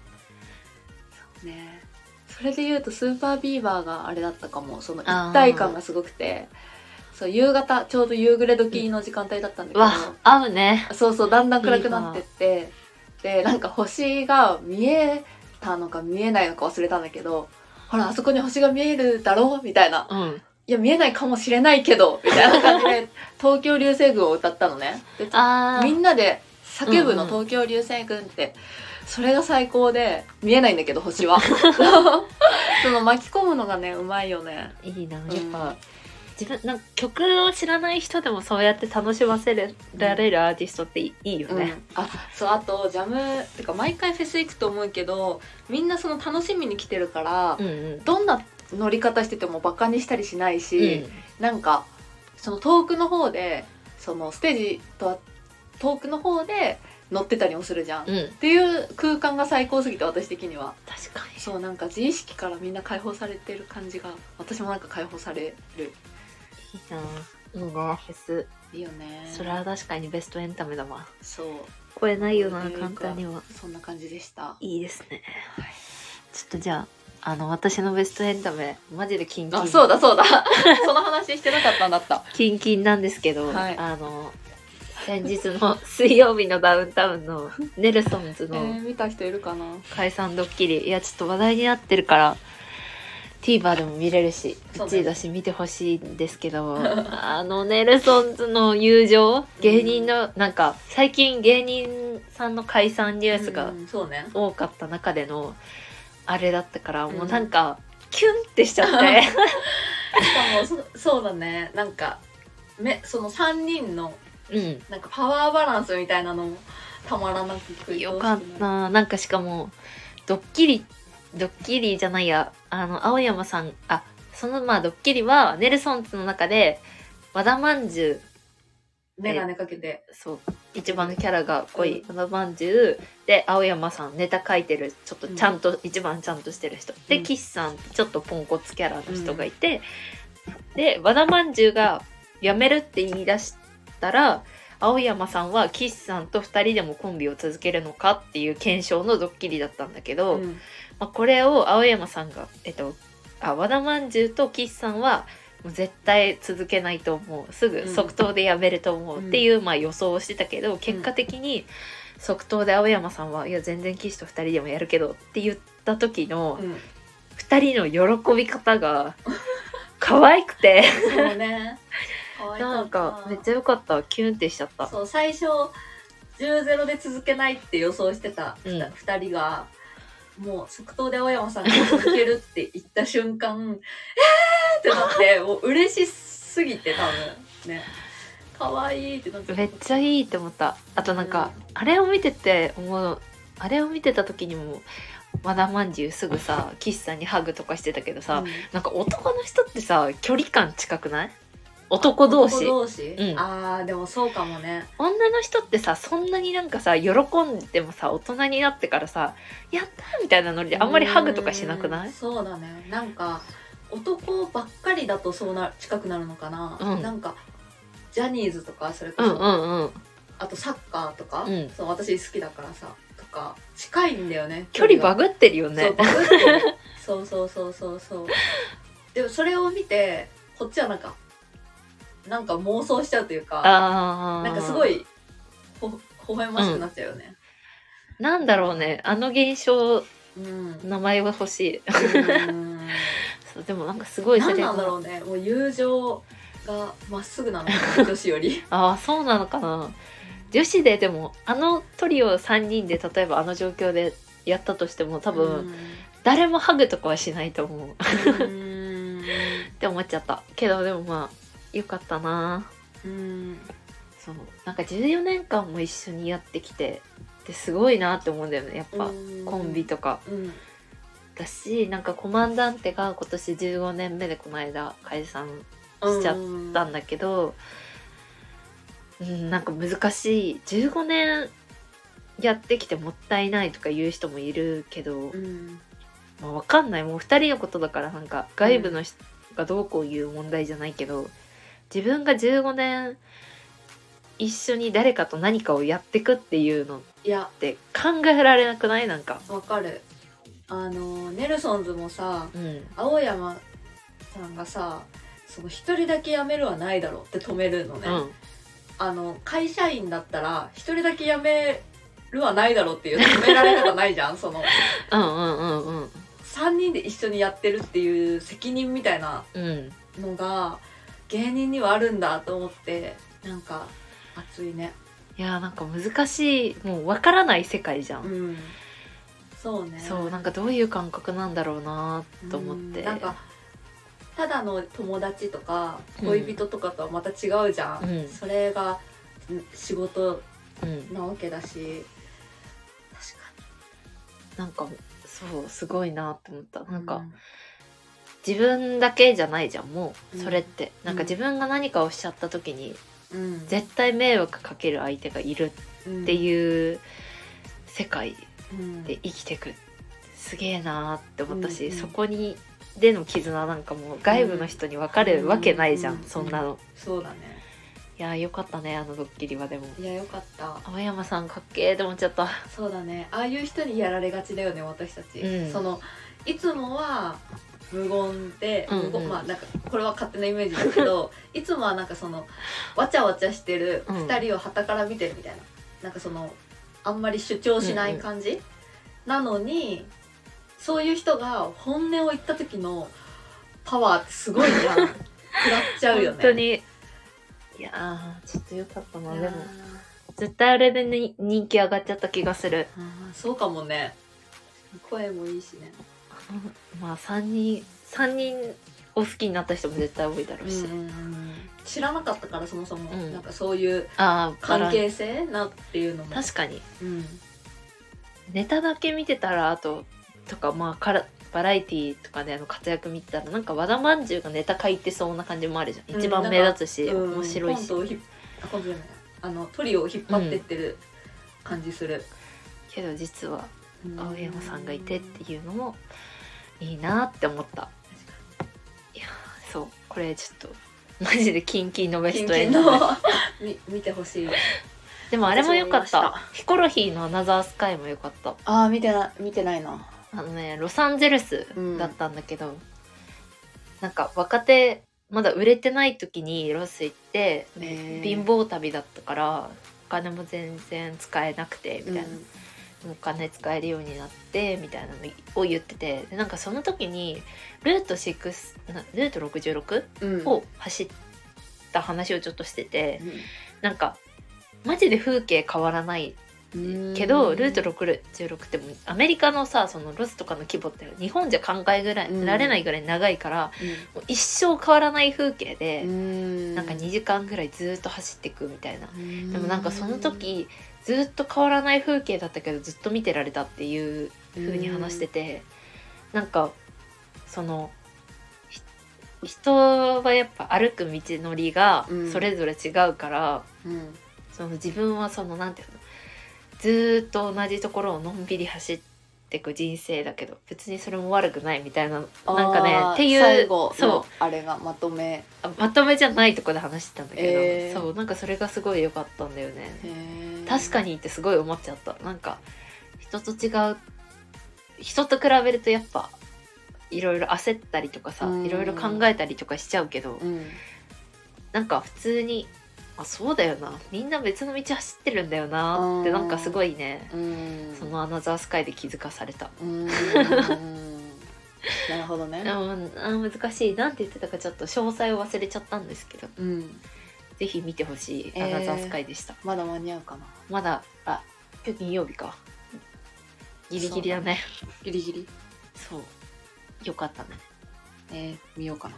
A: ねそれで言うとスーパービーバーがあれだったかもその一体感がすごくてそう夕方ちょうど夕暮れ時の時間帯だったんだけど
B: わ合うね
A: そうそうだんだん暗くなってってでなんか星が見えたのか見えないのか忘れたんだけどほらあそこに星が見えるだろうみたいな
B: うん
A: いや見えないかもしれないけどみたいな感じ *laughs* で東京流星群を歌ったのねで
B: あ
A: み
B: ー
A: んなで叫ぶの、
B: うんう
A: 東京流星群ってそれが最高で見えないんだけど星
B: *laughs*
A: はその巻き込むのがねうまいよね
B: いいなやっ
A: う
B: ぱ
A: ん
B: 自分なんか曲を知らない人でもそうやって楽しませれられるアーティストっていいいいよ
A: うん
B: ね、
A: あそうあとジャムてか毎回フェス行くと思うけどみんなその楽しみに来てるから、
B: うんうん
A: どんな乗り方しててもバカにしたりしないし、
B: うん
A: なんかその遠くの方でそのステージとは遠くの方で乗ってたりもするじゃん、っ
B: うん、
A: ていう空間が最高すぎて私的には
B: 確かに
A: そうなんか自意識からみんな解放されてる感じが私もなんか解放される
B: いいないいねフェス
A: いいよね
B: それは確かにベストエンタメだわ
A: そう
B: 超えないよな
A: うん
B: 簡単には
A: そんな感じでした
B: いいですねちょっとじゃああの私のベストエンタメマジでキンキン
A: あそうだそうだ *laughs* その話してなかったんだった
B: キンキンなんですけど、
A: はい
B: あの先日の水曜日のダウンタウンのネルソンズ
A: *laughs* えー
B: の
A: 見た人いるかな
B: 解散ドッキリいやちょっと話題になってるから TVer でも見れるし
A: そうね
B: 1位だし見てほしいんです
A: *laughs*
B: けどあのネルソンズの友情芸人のなんか最近芸人さんの解散ニュースが
A: うんそうね
B: 多かった中でのあれだったから、もううんなんかキュンってしちゃって。
A: しかもそ *laughs* そうだねなんかめその3人の
B: *laughs* うん
A: なんかパワーバランスみたいなのもたまらなく食い通して
B: よかったなんかしかもドッキリドッキリじゃないやあの青山さんあそのまあドッキリはネルソンズの中で和田まんじゅう
A: 眼鏡かけて
B: そう一番のキャラが濃い和田まんじゅうで青山さんネタ書いてるちょっとちゃんと、一番ちゃんとしてる人で
A: うん
B: 岸さんちょっとポンコツキャラの人がいて、で和田まんじゅうが辞めるって言い出したら青山さんは岸さんと2人でもコンビを続けるのかっていう検証のドッキリだったんだけど、
A: うん
B: まあ、これを青山さんが、えっと、あ和田まんじゅうと岸さんはもう絶対続けないと思うすぐ
A: うん
B: 即答でやめると思うっていう、まあ、予想をしてたけど結果的に即答で青山さんは「いや全然岸と2人でもやるけど」って言った時の
A: うん
B: 2人の喜び方が可愛くて
A: そうね *laughs* 可愛
B: なん
A: か
B: か
A: った
B: めっちゃ良かったキュンってしちゃった。
A: そう最初10ゼロで続けないって予想してた
B: うん
A: 2人が、もう即答で青山さんが続けるって言った瞬間えーってな
B: *laughs*
A: ってもう嬉しすぎて多分ね可愛いってなって
B: めっちゃいいって思ったあとなんか、あれを見てて思うあれを見てた時にも和田まんじゅうすぐさ岸さんにハグとかしてたけどさ、
A: うん
B: なんか男の人ってさ距離感近くない男同士
A: 男同士、
B: うん
A: あーでもそうかもね
B: 女の人ってさそんなになんかさ喜んでもさ大人になってからさ「やった!」みたいなノリであんまりハグとかしなくな
A: う
B: い
A: んそうだねなんか男ばっかりだとそうな近くなるのかな、
B: うん
A: なんかジャニーズとかそれこ
B: う
A: そ、
B: んうんうん
A: あとサッカーとか、
B: うん
A: そう私好きだからさとか近いんだよね
B: 距離バ
A: グ
B: グってるよ
A: ね
B: ね
A: そうそうそうそうそうそうでもそれを見てこっちはなんかなんか妄想しちゃうというか
B: あー
A: なんかすごいほ微笑ましくなっちゃうよね
B: なんだろうねあの現象
A: うん、
B: 名前は欲しい *laughs*
A: うん
B: そうでもなんかすごいそ
A: 何
B: れ
A: なんだ
B: が
A: ろうねもう友情がまっすぐなのかな女子より
B: ああそうなのかな女子ででもあのトリオ3人で例えばあの状況でやったとしても多分、誰もハグとかはしないと思う *laughs* っ
A: うんうん
B: て思っちゃったけどでもまあよかったな
A: うん
B: そうなんか14年間も一緒にやってきてってすごいなって思うんだよねやっぱ、
A: うん
B: コンビとか
A: うん
B: だしなんかコマンダンテが今年15年目でこの間解散しちゃったんだけど、うん、なんか難しい15年やってきてもったいないとか言う人もいるけど、
A: うん
B: まあ、わかんないもう2人のことだからなんか外部の人がどうこういう問題じゃないけど自分が15年一緒に誰かと何かをやってくっていうのっ
A: いや
B: て考えられなくないなんか。
A: わかるあのネルソンズもさ
B: うん、
A: 青山さんがさその一人だけ辞めるはないだろうって止めるのね、
B: うん
A: あの会社員だったら一人だけ辞めるはないだろうっていう止められ方ないじゃん *laughs* その
B: うんうんうんうん
A: 3人で一緒にやってるっていう責任みたいな
B: うん
A: のが芸人にはあるんだと思ってなんか熱いね
B: いやーなんか難しいもうわからない世界じゃん
A: う、んそうね
B: そうなんかどういう感覚なんだろうなーと思って
A: うんなんかただの友達とか
B: うん
A: 恋人とかとはまた違うじゃん、
B: うん
A: それがん仕事
B: うん、
A: なわけだし
B: なんかそうすごいなって思った
A: 確かに
B: なんか、自分だけじゃないじゃんもう
A: うん
B: それって、なんか自分が何かをしちゃった時に
A: うん、
B: 絶対迷惑かける相手がいる
A: っ
B: って
A: う
B: いう世界
A: ん、うん
B: で生きてくすげえなーって思ったし、
A: うんうん
B: そこにでの絆なんかもう外部の人に分かるわけないじゃん、
A: うん
B: そんなの
A: そうだね
B: いやーよかったねあのドッキリはでも
A: いやよかった
B: 青山さんかっけーって思っちゃった
A: そうだねああいう人にやられがちだよね私たち、
B: うん
A: そのいつもは無言で、
B: うんう
A: 無
B: ん
A: 言まあなんかこれは勝手なイメージだけ
B: *laughs*
A: どいつもはなんかそのわちゃわちゃしてる
B: うん
A: 2人を傍から見てるみたいな、なんかそのあんまり主張しない感じ、なのにそういう人が本音を言った時のパワーってすごい
B: *laughs*
A: じゃん食らっちゃうよね
B: 本当に。いやー、ちょっとよかったな。
A: い
B: で
A: や
B: も、
A: ー
B: 絶対あれでに人気上がっちゃった気がする。 *laughs*
A: あーそうかもね声もいいしね
B: まあ、3人、三人を好きになった人も絶対多いだろうし。
A: 知らなかったからそもそも、
B: うん
A: なんかそういう
B: ああ、バラ
A: 関
B: ン
A: 係性なっていうのも
B: 確かに。
A: うん
B: ネタだけ見てたら、あと、とか、まあ、から、バラエティーとかでの活躍見てたら、なんか和田まんじゅうがネタ書いてそうな感じもあるじゃん。
A: うん
B: 一番目立つし、
A: うん
B: 面白い
A: コン
B: し。
A: トをひっあコントじゃないあのトリオを引っ張ってってる感じする、
B: けど実は、
A: うん
B: 青山さんがいてっていうのも、いいなって思った。いやーそう、これちょっと、マジでキンキンのベ
A: キ
B: ス
A: ン
B: ト
A: キ
B: エ
A: ン
B: ンドです
A: の *laughs* み見てほしい
B: でもあれも良かっ
A: 私も見
B: た
A: ま。
B: ヒコロヒーのアナザースカイも良かった。
A: ああ見てな見てないな
B: あのね、ロサンゼルスだったんだけど、なんか若手、まだ売れてない時にロス行って、
A: ね
B: 貧乏旅だったから、お金も全然使えなくて、みたいな。お金使えるようになってみたいなのを言っててでなんかその時にルート6なルート66
A: うんうん
B: を走った話をちょっとしてて
A: う
B: なんかマジで風景変わらない
A: ん
B: けど、
A: うん
B: ルート66ってもうアメリカのさそのロスとかの規模って日本じゃ考えぐらい、
A: うん
B: られないぐらい長いからもう一生変わらない風景
A: う
B: で、
A: ん
B: なんか2時間ぐらいずっと走っていくみたいな
A: うん
B: でもなんかその時ずっと変わらない風景だったけどずっと見てられたっていう風に話しててなんかそのひ人はやっぱ歩く道のりが
A: うん
B: それぞれ違うから、
A: うん
B: その自分はそのなんていうのずーっと同じところをのんびり走っていく人生だけど別にそれも悪くないみたいななんかね
A: あー
B: っていう
A: 最後
B: そう
A: のあれがまとめ
B: あまとめじゃないとこで話してたんだけど、
A: えー
B: そうなんかそれがすごい良かったんだよね。確か
A: に
B: にってすごい思っちゃったなんか人と違う人と比べるとやっぱいろいろ焦ったりとかさ
A: うん
B: いろいろ考えたりとかしちゃうけど
A: うん
B: なんか普通にあそうだよなみんな別の道走ってるんだよなって
A: うん
B: なんかすごいね
A: うん
B: そのアナザースカイで気づかされた、
A: うー
B: *laughs*
A: んなるほど
B: う
A: ね
B: ん、あ難しいなんて言ってたかちょっと詳細を忘れちゃったんですけど
A: うん
B: ぜひ見てほしい
A: え
B: ア
A: ー
B: ナザースカイでした、
A: まだ間に合うかな
B: まだあ今日金曜日かギリギリだね
A: ギリギリ
B: そうよかったね
A: えー、見ようかな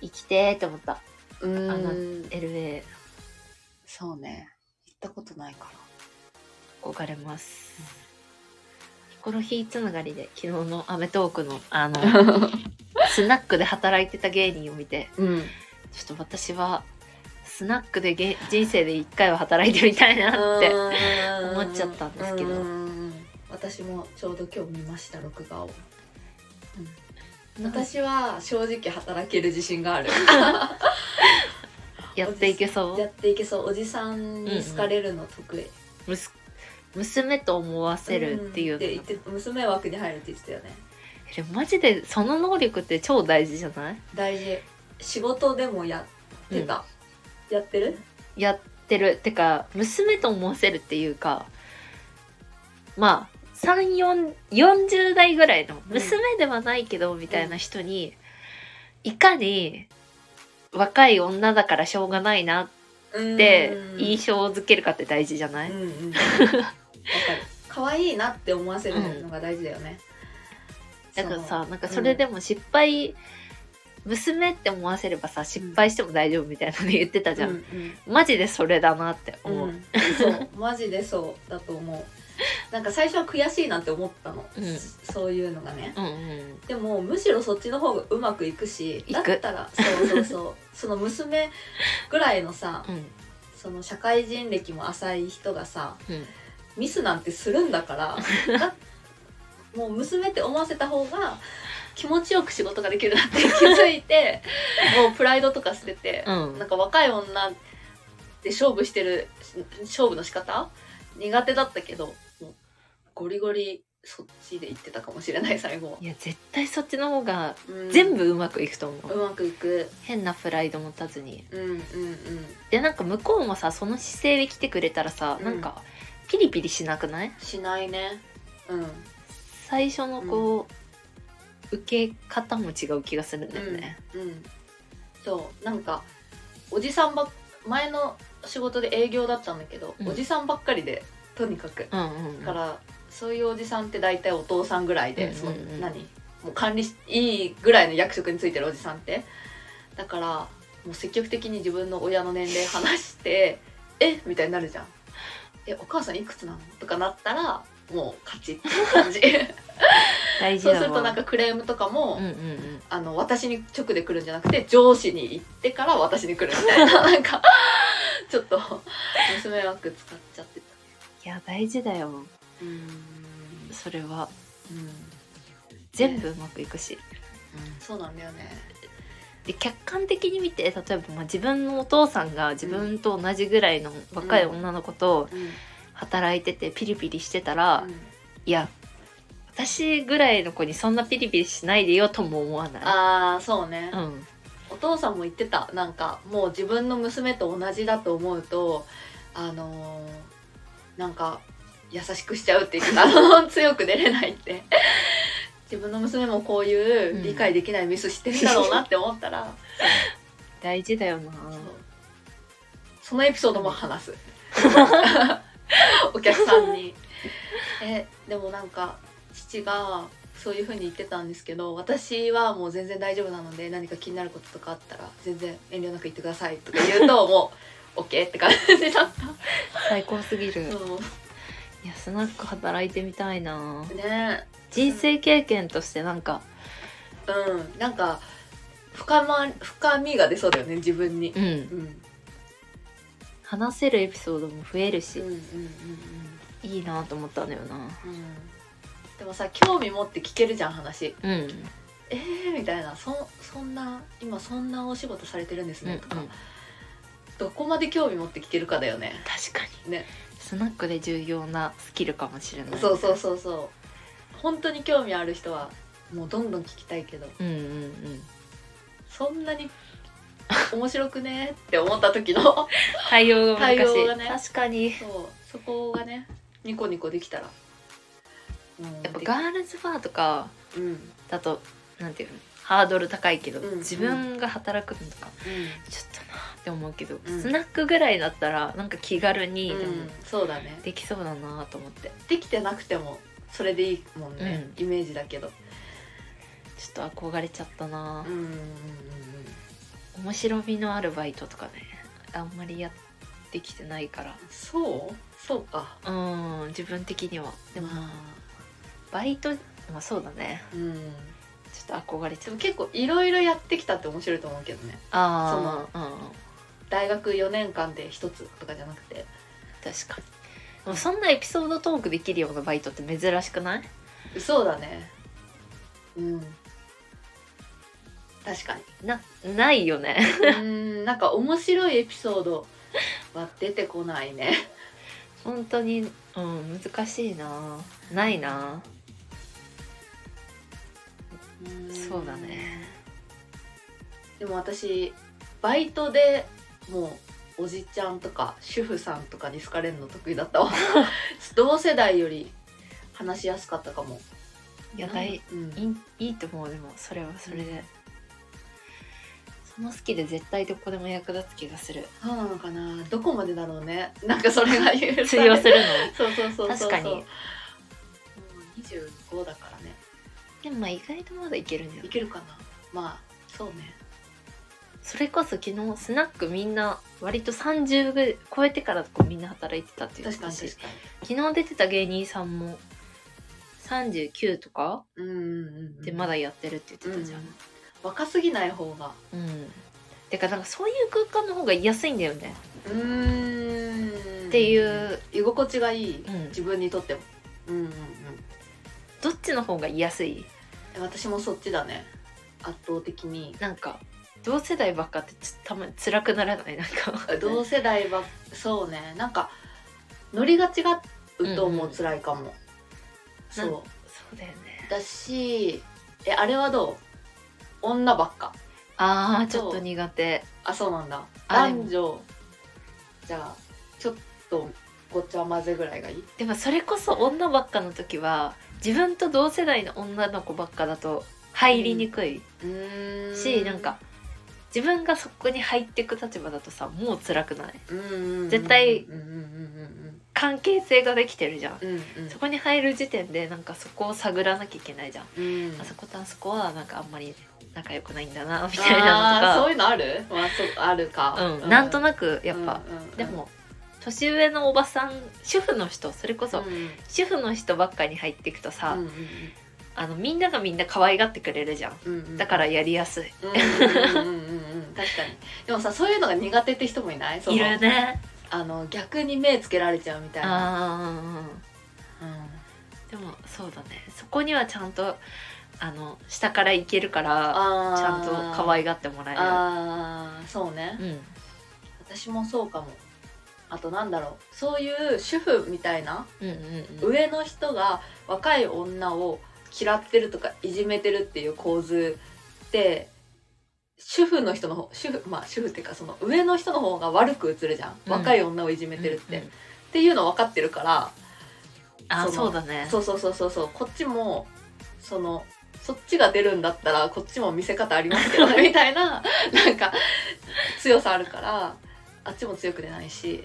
B: 生きてーって思った
A: うーん
B: LA
A: そうね行ったことないか
B: 憧れますヒコロヒーつながりで昨日の『アメトーーク』の
A: *laughs*
B: あの *laughs* スナックで働いてた芸人を見て
A: らうん
B: ちょっと私はスナックでげ人生で一回は働いてみたいなって
A: 思
B: 思っちゃったんですけど
A: 私もちょうど今日見ました録画を
B: 私
A: 私は正直働ける自信が
B: *laughs*
A: ある
B: やっていけそ
A: や
B: う
A: っていけそうおじさんに好かれるの得意、
B: むす娘と思わせるっていう
A: うんで
B: の
A: 言
B: が
A: って娘枠に入るって言ってたよね
B: えマジでその能力って超大事じゃない
A: 大事仕事でもやってた、やってる
B: やってるてか娘と思わせるっていうかまあ3440代ぐらいの
A: うん
B: 娘ではないけど、みたいな人にいかに若い女だからしょうがないなって印象づけるかって大事じゃない、
A: うんうん、わかる可愛いなって思わせるのが大事だよね、
B: だからさなんかそれでも失敗、娘って思わせればさ失敗しても大丈夫みたいなの言ってたじゃん、
A: うんうん
B: マジでそれだなって思う、
A: うんそうマジでそうだと思うなんか最初は悔しいなんて思ったの、
B: うん
A: そういうのがね
B: うんうん
A: でもむしろそっちの方がうまくいくし
B: いく
A: だったらそうそうそうその娘ぐらいのさ
B: うん
A: その社会人歴も浅い人がさ
B: うん
A: ミスなんてするんだ
B: *laughs*
A: からだもう娘って思わせた方が気持ちよく仕事ができるなって気づい
B: *laughs*
A: てもうプライドとか捨てて、
B: うん
A: なんか若い女で勝負してる勝負の仕方苦手だったけどもうゴリゴリそっちで行ってたかもしれない最後は、
B: いや絶対そっちの方が
A: うん
B: 全部うまくいくと思う、
A: うまくいく
B: 変なプライド持たずに
A: うんうんうん
B: でなんか向こうもさその姿勢で来てくれたらさ、
A: うん
B: なんかピリピリしなくない
A: しないねうん
B: 最初のこう、受け方も違う気がするんだよね。
A: うん、そうなんかおじさんばっ前の仕事で営業だったんだけど、
B: うん
A: おじさんばっかりでとにかく、
B: うんうんうん
A: だからそういうおじさんって大体お父さんぐらいで、
B: うん
A: その
B: うんうん
A: 何もう管理しいいぐらいの役職についてるおじさんってだからもう積極的に自分の親の年齢話して *laughs* 「えみたいになるじゃん。えお母さんいくつなのとかなったらもう勝ちっていう感
B: *laughs*
A: じ
B: 大事
A: そう
B: だわ
A: するとなんかクレームとかも、
B: うんうんうん
A: あの私に直で来るんじゃなくて上司に行ってから私に来るみたいななんかちょっと娘枠使っちゃってた
B: いや大事だよ
A: うーん
B: それは
A: うん、うん、
B: 全部うまくいくし、
A: そうなんだよね
B: で客観的に見て例えばまあ自分のお父さんが自分と同じぐらいの若い女の子と
A: うん、
B: 働いててピリピリしてたら、
A: うん
B: いや私ぐらいの子にそんなピリピリしないでよとも思わない。
A: ああそうね、
B: うん、
A: お父さんも言ってたなんかもう自分の娘と同じだと思うとあのーなんか優しくしちゃうって言ってたあの *laughs* 強く出れないって自分の娘もこういう理解できないミスしてるんだろうなって思ったら、
B: 大事だよな
A: そうそのエピソードも話すお客さん
B: *laughs*
A: にえでもなんか父がそういうふうに言ってたんですけど私はもう全然大丈夫なので何か気になることとかあったら全然遠慮なく言ってくださいとか言うと
B: *laughs*
A: もう OK って感じだっ
B: 最高すぎる
A: たそ
B: いやスナック働いてみたいな
A: うね
B: 人生経験としてなんか
A: うんなんか深,、ま、深みが出そうだよね自分に、
B: うん
A: うん、うん
B: 話せるエピソードも増えるし
A: うんうんうん
B: いいなと思ったんだよな
A: うんうんでもさ興味持って聞けるじゃん話
B: うん
A: えー、みたいなそそんな今そんなお仕事されてるんですね、
B: うん
A: とか
B: うん
A: どこまで興味持って聞けるかだよね
B: 確かに
A: ね
B: スナックで重要なスキルかもしれない
A: そうそうそうそう本当に興味ある人はもうどんどん聞きたいけど
B: うんうんうん
A: そんなに面白くねって思った
B: *laughs*
A: 時のそう
B: 対応が難しい
A: 対応がね
B: 確かに
A: そこがねニコニコできたらうん
B: やっぱガールズバーとか
A: うんうん
B: だとなんていうのハードル高いけど、
A: うん
B: 自分が働くのとかちょっとなーって思うけど、
A: うん
B: スナックぐらいだったらなんか気軽にでも
A: うんそうだね
B: できそうだなーと思って
A: できてなくてもそれでいいもんね、イメージだけど
B: ちょっと憧れちゃったな
A: う、んうんうんうん
B: 面白みのあるバイトとかねあんまりやってきてないから
A: そうそうか
B: うーん自分的には
A: で
B: でも
A: も、
B: バイトまあそうだね
A: うん
B: ちょっと憧れち
A: で
B: ゃう
A: も結構いろいろやってきたって面白いと思うけどね
B: ああうんうん
A: 大学4年間で一つとかじゃなくて
B: 確かにでもそんなエピソードトークできるようなバイトって珍しくない
A: そうだねうん確かに
B: なないよね *laughs*
A: うんなんか面白いエピソードは出てこないね
B: 本当にうん難しいなないなそうだね
A: でも私バイトでもうおじちゃんとか主婦さんとかに好かれるの得意だ
B: *laughs*
A: ったわ同世代より話しやすかったかも
B: いや大
A: うん
B: いいいいと思うでもそれはそれでその好きで絶対どこでも役立つ気がする
A: そうなのかなどこまでだろうねなんかそれが言う
B: *laughs* 通用するの *laughs*
A: そうそうそうそうそう
B: 確かに
A: もう25だからね
B: でもまあ意外とまだいけるんじゃない
A: いけるかなまあそうね
B: それこそ昨日スナックみんな割と30ぐらい超えてからこうみんな働いてたっていう
A: 確かに
B: し
A: 確か
B: 昨日出てた芸人さんも39とか
A: にうんうんうん
B: でまだやってるって言ってたじゃん。
A: 若すぎない方が
B: うんてかなんかそういう空間の方が居やすいんだよね、
A: うーん
B: っていう、
A: 居心地がいい
B: うん、
A: 自分にとってもうんうんうん
B: どっちの方が居やすい
A: え私もそっちだね圧倒的に
B: なんか同世代ばっかってちょっとたまに辛くならないなんか *laughs*
A: 同世代はそうねなんかノリが違うとも
B: うんうん
A: 辛いかも、
B: な
A: そ
B: んそうだよね
A: うだしえあれはどう女ばっか
B: ああち
A: そう
B: ょっと苦手
A: あそうなんだ
B: あでも
A: 男女じゃあちょっとごちゃ混ぜぐらいがいい
B: でもそれこそ女ばっかの時は自分と同世代の女の子ばっかだと入りにくい
A: うん
B: し、なんか自分がそこに入っていく立場だとさもう辛くない絶
A: 絶
B: 対
A: うん
B: 関係性ができてるじゃん、
A: うんうんうん
B: そこに入る時点でなんかそこを探らなきゃいけないじゃん、
A: うん
B: あそことあそこはなんかあんまり仲良くないんだなみたい
A: あー
B: な
A: そ
B: の
A: ういうのあるまあそうある
B: とか
A: か
B: うん、なんと
A: く
B: なくやっぱ、でも年上のおばさん主婦の人それこそ、
A: うん
B: 主婦の人ばっかに入っていくとさ、
A: うん
B: あのみんながみんな可愛がってくれるじゃん
A: うんうん
B: だからやりやすい、
A: うんうんうんうんうん確かにでもさそういうのが苦手って人もいないその
B: いるね
A: あの逆に目つけられちゃうみたいな
B: ああ
A: うん
B: でもそうだねそこにはちゃんとあの下からいけるから
A: あー
B: ちゃんと可愛がってもら
A: あーそうね
B: えるうん
A: 私もそうかもあとなんだろうそういう主婦みたいな
B: うんうんうん
A: 上の人が若い女を嫌ってるとかいじめてるっていう構図って主婦の人の方主婦まあ主婦っていうかその上の人の方が悪く映るじゃん、
B: うん
A: 若い女をいじめてるって、
B: うんう
A: っ
B: ん
A: ていうの分かってるから
B: あー
A: その
B: そうだね
A: そうそうそうそうそうこっちもそのそっちが出るんだったらこっちも見せ方ありますけどねみたいななんか強さあるからあっちも強く出ないし、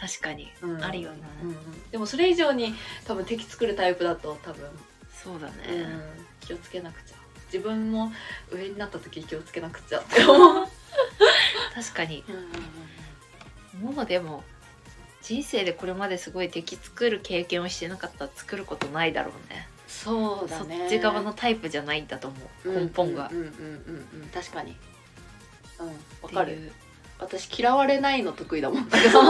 B: 確かに
A: うん
B: あるよね
A: うんうんでもそれ以上に多分敵作るタイプだと多分
B: そうだね、
A: うん、気をつけなくちゃ自分も上になった時気をつけなくちゃって
B: *laughs*
A: 思う、
B: 確かに
A: うんうんうん
B: もうでも人生でこれまですごい敵作る経験をしてなかったら作ることないだろうね
A: そうだね
B: そっち側のタイプじゃないんだと思う、根本が、
A: うんうんうんうんうん確かにうんわ
B: って
A: か
B: い
A: る
B: う
A: 私嫌われないの得意だもんだ *laughs* けど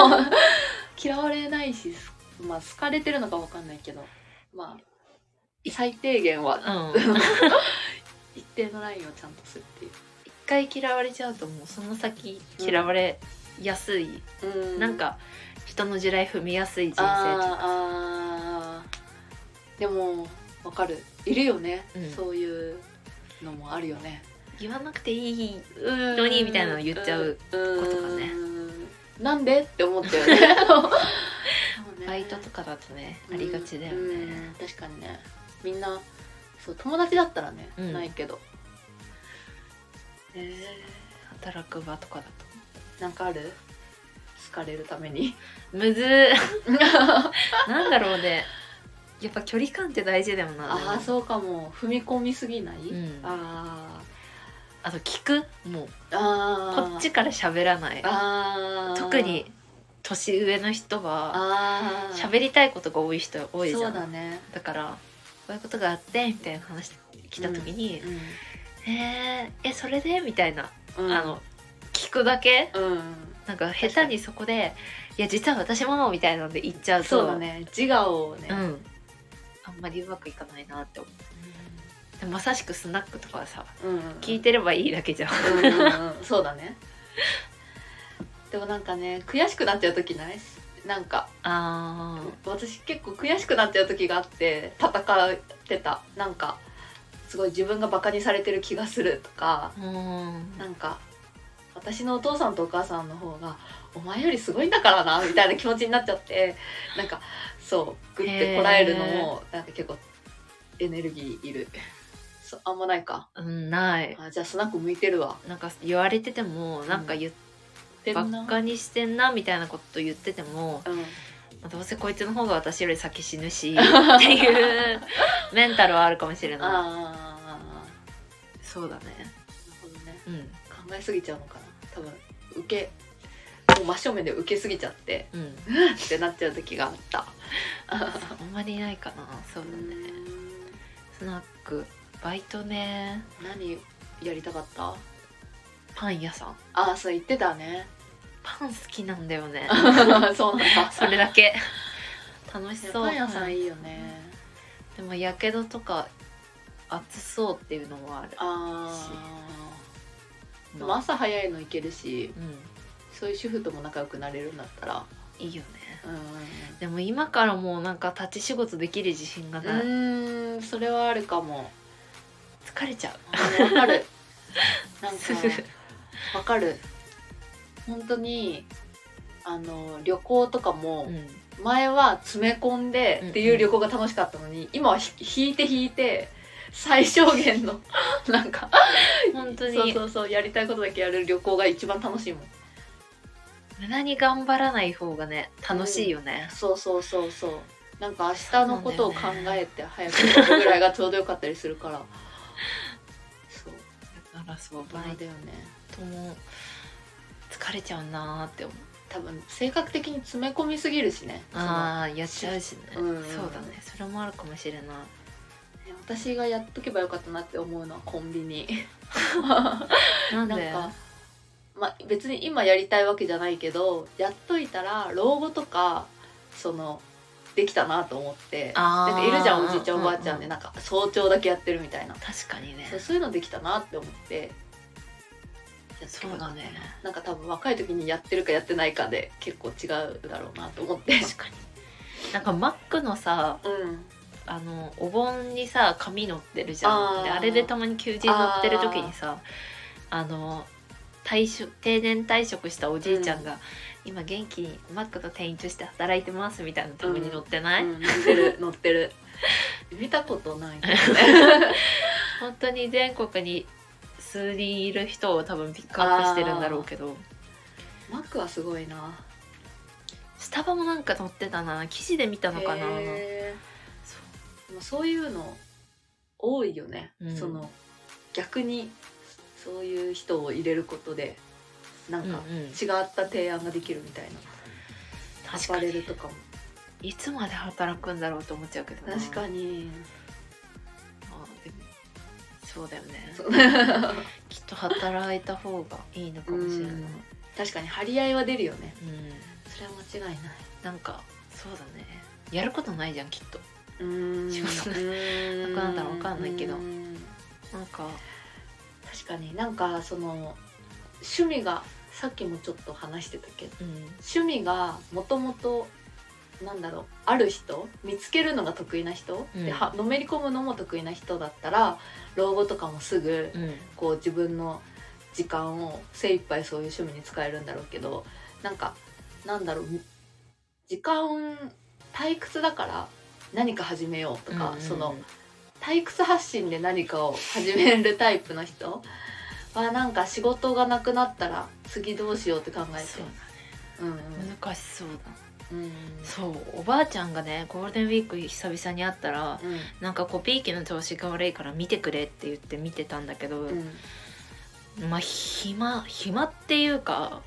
A: 嫌われないしすまあ好かれてるのかわかんないけどまあ最低限は
B: うん
A: 一定のラインをちゃんとするっていう
B: 一回嫌われちゃうともうその先嫌われやすい、
A: う
B: なんか人の地雷踏みやすい人生と
A: あーあーでもわかるいるよね、
B: うん
A: そういうのもあるよね
B: 言わなくていい
A: 人
B: 人にみたいなの言っちゃう
A: こと
B: かね
A: なんでって思ったよ *laughs* ね
B: バイトとかだとね、
A: うん
B: ありがちだよね、
A: うん確かにねみんなそう友達だったらね、
B: うん
A: ないけどえ
B: 働く場とかだと
A: ー、なんかある好かれるために
B: むずー *laughs* なんだろうねやっぱ距離感って大事だよな
A: ああ
B: う、
A: そうかも踏み込みすぎない、
B: うん、あ
A: あ
B: と聞くもう
A: ーあー
B: こっちから喋らない
A: あー
B: 特に年上の人は
A: あー
B: 喋りたいことが多い人多いじ
A: そ
B: ゃ
A: うん
B: だ
A: だね、
B: からこういうことがあってみたいな話来た時に「えーえそれで?」みたいな、
A: うん
B: あの聞くだけ
A: うん
B: なんか下手にそこで「いや実は私も」みたいなので言っちゃうと
A: そうだね自我をね、
B: うん、あんまりうまくいかないなって思うでもまさしくスナックとかはさ
A: うん
B: 聞いてればいいだけじゃん
A: うんうんうんそうだねでもなんかね悔しくなっちゃう時ないなんか、
B: あ
A: 私結構悔しくなっちゃう時があって戦ってたなんかすごい自分がバカにされてる気がするとか
B: ーうん
A: なんか私のお父さんとお母さんの方がお前よりすごいんだからなみたいな気持ちになっちゃってなんかそうグッてこらえるのもなんか結構エネルギーいるそうあんまないか
B: うんない
A: あじゃあスナック向いてるわ
B: なんか言われててもなんか言っ
A: で
B: ば
A: ん
B: っ
A: な
B: かにしてんなみたいなこと言ってても、
A: うん
B: まあどうせこいつの方が私より先死ぬ *laughs* しっていうメンタルはあるかもしれな
A: ああ
B: いそうだね
A: なるほどね
B: うん
A: 考えすぎちゃうのかな多分受けもう真正面で受けすぎちゃって
B: うん
A: ってなっちゃう時があった
B: あんまりないかなそうだねスナックバイトね
A: 何やりたかった
B: パン屋さん
A: ああそう言ってたね *laughs*
B: パン好きなんだよね
A: そうなんだ
B: *laughs* それだ *laughs* け楽しそう
A: パン屋さ
B: は
A: ん
B: い
A: いいよね。
B: でもやけどとか熱そうっていうのもある
A: ああ。でも
B: まあ
A: 朝早いの行けるし、
B: うん
A: そういう主婦とも仲良くなれるんだったら。
B: いいよね
A: う
B: でも今からもうなんか立ち仕事できる自信がない、
A: ん。うん、それはあるかも。
B: 疲れちゃう
A: あわかる。
B: *laughs*
A: なん
B: すぐ
A: か。わかる。本当に。あの旅行とかも
B: *laughs* うん
A: 前は詰め込ん
B: うん
A: でっていう旅行が楽しかったのに、今はひ引いて引いて最小限の *laughs* なんか
B: 本当に
A: そうそうそうやりたいことだけやれる旅行が一番楽しいもん
B: 無駄に頑張らない方がね楽しいよね、
A: そうそうそうそうなんか明日のことを考えて早く寝るぐらいがちょうどよかったりするからそう
B: だからそう
A: 大人だよね
B: とも疲れちゃうなーって思う
A: 多分性格的に詰め込みすぎるしねその
B: ああやっちゃうしね、
A: うん
B: そうだねそれもあるかもしれない
A: ね私がやっとけばよかったなって思うのはコンビニ
B: なん
A: なん
B: で
A: か、まあ、別に今やりたいわけじゃないけどやっといたら老後とかそのできたなと思って
B: あ
A: な
B: ー
A: んかいるじゃんおじいちゃん
B: う
A: お
B: う
A: ばあちゃんでなんか早朝だけやってるみたいな
B: 確かにね
A: そうそういうのできたなって思ってやっとけば
B: そう
A: よか
B: だ
A: った
B: ね
A: なんか多分若い時にやってるかやってないかで結構違うだろうなと思っ
B: *laughs*
A: て
B: 確かになんかマックのさ
A: うん
B: あのお盆にさ紙乗ってるじゃん
A: あー
B: であれでたまに求人乗ってる時にさあの退職定年退職したおじいちゃんが、今元気にマックの店員として働いてますみたいなたまに乗ってない、
A: うん乗って
B: *laughs*
A: る乗ってる見たことないけどね
B: *laughs* 本当に全国に数人いる人を多分ピックアップしてるんだろうけど
A: マックはすごいな
B: スタバもなんか乗ってたな記事で見たのかな
A: へ
B: そ
A: ーでもそういうの多いよね、
B: うん
A: その逆にそういう人を入れることでな
B: うんうんう
A: か
B: ん
A: 違った提案ができるみたいな、
B: 確
A: ア
B: か
A: パレ
B: に
A: ルとかも
B: いつまで働くんだろうと思っちゃうけどな
A: 確かに
B: まあでもそうだよね
A: そう確
B: きっと働いた方がいいのかもしれない、う
A: うんんかに張り合いは出るよねそれは間違いない
B: なんかそうだねやることないじゃんきっと
A: うーん
B: 仕事が
A: な
B: なくなったらわかんないけど
A: うん
B: なんか
A: 確かになんかその趣味がさっきもちょっと話してたけど
B: うん
A: 趣味がもともとなんだろうある人見つけるのが得意な人、
B: うん
A: ではのめり込むのも得意な人だったら老後とかもすぐ
B: うん
A: こう自分の時間を精一杯そういう趣味に使えるんだろうけどなんかなんだろう時間退屈だから何か始めようとか、
B: うん
A: その退屈発信で何かを始めるタイプの人はなんか仕事がなくなったら次どうしようって考え
B: そう
A: て。うんうん
B: だね難しそうだ
A: うん
B: そうおばあちゃんがねゴールデンウィーク久々に会ったら
A: うん
B: なんかコピー機の調子が悪いから見てくれって言って見てたんだけど、
A: うん
B: まあ暇暇っていうか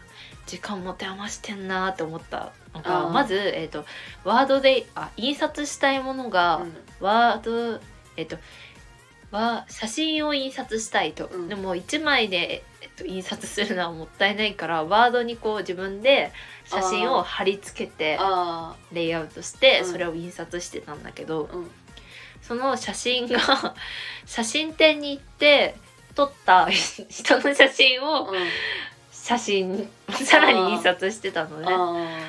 B: 時間持て余してんなーって思ったなん
A: あ
B: か
A: ー
B: まずえっ、とワードであ印刷したいものが、ワードえっ、とは写真を印刷したいと、
A: うん
B: でも1枚で、えっと、印刷するのはもったいないからワードにこう自分で写真を貼り付けて
A: あ
B: レイアウトして
A: うん
B: それを印刷してたんだけど、
A: あうん
B: その写
A: *laughs*
B: 真が写真展に行って撮った人の写真を
A: うん
B: 写真さらに印刷してたのね
A: あ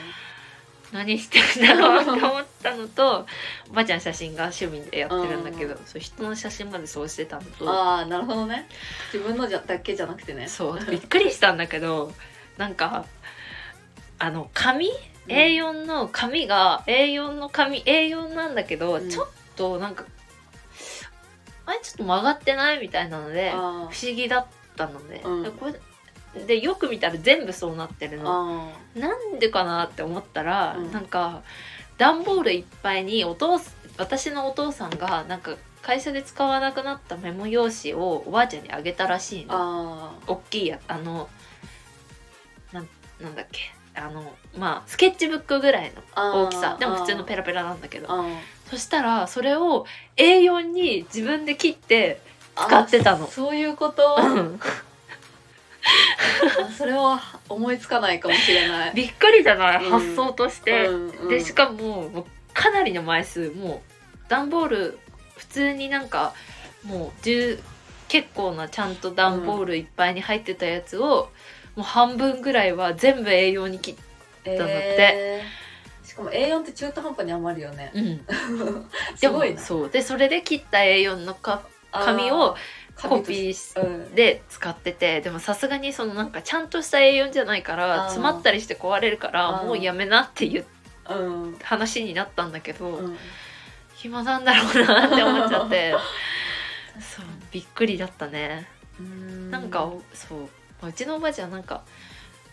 B: 何してんだろうって思ったのとおばあちゃん写真が趣味でやってるんだけどそう人の写真までそうしてたの
A: ー
B: と
A: あーなるほどね自分のじゃだけじゃなくてね
B: そうびっくりしたんだけど *laughs* なんかあの紙 A4 の紙が A4 の紙 A4 なんだけど、
A: うん
B: ちょっとなんかあれちょっと曲がってないみたいなので
A: あ
B: 不思議だったのね、
A: うん
B: でこれでよく見たら全部そうなってる
A: ー
B: の。
A: あ
B: なんでかなって思ったら、
A: うん
B: なんか段ボールいっぱいにお父さん私のお父さんがなんか会社で使わなくなったメモ用紙をおばあちゃんにあげたらしい
A: ー
B: の。
A: あ
B: 大きいやあのなんなんだっけあのまあスケッチブックぐらいの
A: ー
B: 大きさでも普通のペラペラなんだけど
A: あー
B: そしたらそれを A4 に自分で切って
A: あー
B: 使ってたの。
A: そういうこと
B: うん
A: それは思いつかないかもしれない
B: *laughs* びっくりじゃない、
A: うん
B: 発想として。
A: うんうん
B: でしかももうかなりの枚数もう段ボール普通になんかもう10結構なちゃんと段ボールいっぱいに入ってたやつを、もう半分ぐらいは全部栄養に切っ
A: えー
B: だって
A: しかも A4 って中途半端に余るよね
B: うん
A: すごい
B: でも
A: な
B: そうでそれで切った A4 のか
A: あー
B: 紙をコ
A: 紙とし
B: ピーして
A: うん
B: で使っててでもさすがにそのなんかちゃんとした A4 じゃないから
A: あー
B: 詰まったりして壊れるから
A: あー
B: もうやめなっていう
A: うん
B: 話になったんだけど、
A: うん
B: *laughs* 暇なんだろうなって思っちゃってそうびっくりだったね
A: うん
B: なんかおそう、まあ、うちのおばあちゃんなんか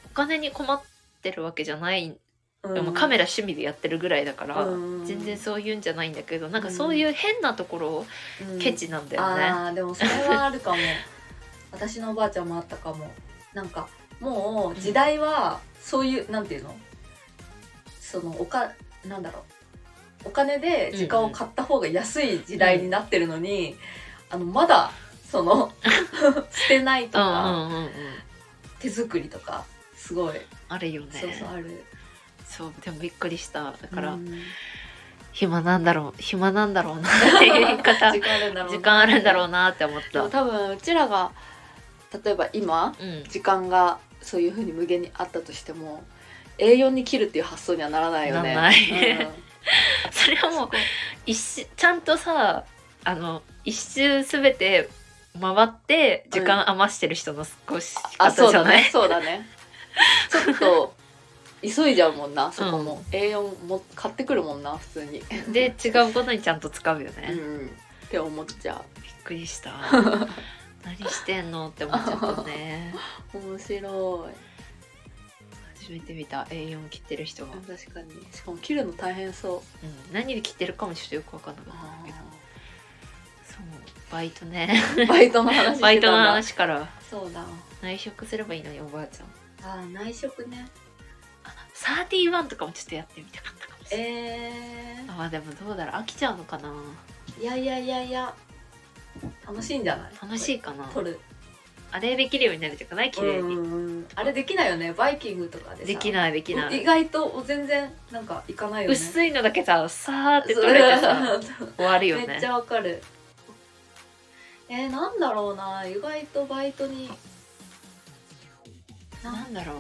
B: お金に困ってるわけじゃない、でもカメ
A: ラ
B: ラ趣味でやってるぐらいだから、全然そういうんじゃないんだけどなんかそういう変なところ
A: う
B: ケチなんだよね、
A: ああーでもそれはあるかも私のおばあちゃんもあったかもなんかもう時代はそういうなんていうのそのおかなんだろうお金で時間を買った方が安い時代になってるのに、あのまだそ
B: *laughs*
A: の捨てないと
B: うん
A: か、
B: うんうんうん
A: 手作りとかすごい、
B: あるよね
A: そうそうある
B: そうでもびっくりしただから、
A: うん
B: 暇なんだろう暇なんだろうなっていう言い方
A: 時間あるんだろうな
B: *laughs* 時間あるんだろうなって思っ
A: で
B: た
A: も多分うちらが例えば今
B: うん
A: 時間がそういうふうに無限にあったとしても A4 に切るっていう発想にはならないよね。
B: ならない
A: うん
B: *laughs* それはもう一周ちゃんとさあの一周すべて回って時間余してる人の少し
A: あ
B: 方
A: そう
B: じゃ
A: だ
B: ない、
A: ねそうだね。ちょっと急いじゃうもんなそこも、A4 も買ってくるもんな普通に。
B: で違うことにちゃんと使うよね、
A: う
B: びっ
A: ん、って思っちゃ
B: く
A: *laughs*
B: りした何してんのって思っちゃったね
A: う。面白い
B: 初めて見た A4 切ってる人が、うん、
A: 確かにしかも切るの大変そう。
B: 何で切ってるかもちょっとよく分かんなかったんだけどそうバイトね *laughs*
A: バイトの話してたんだ。
B: バイトの話から
A: そうだ。
B: 内職すればいいのにおばあちゃん
A: あー内職ね。
B: あサーティワンとかもちょっとやってみたかったかもしれない、
A: え
B: あーでもどうだろう飽きちゃうのかな
A: ー、いやいやいやいや楽しいんじゃない
B: 楽しいかな
A: 撮る
B: あれできるようになるとかない綺麗に、
A: うんうんうんあれできないよねバイキングとかでさ
B: できないできない、
A: 意外と全然なんか行かないよね
B: 薄いのだけささーって
A: *laughs* そ
B: 取
A: れ
B: れてさ終わるよ
A: めっ
B: ね
A: ちゃわかるえー、なんだろうな意外とバイトに
B: なんだろう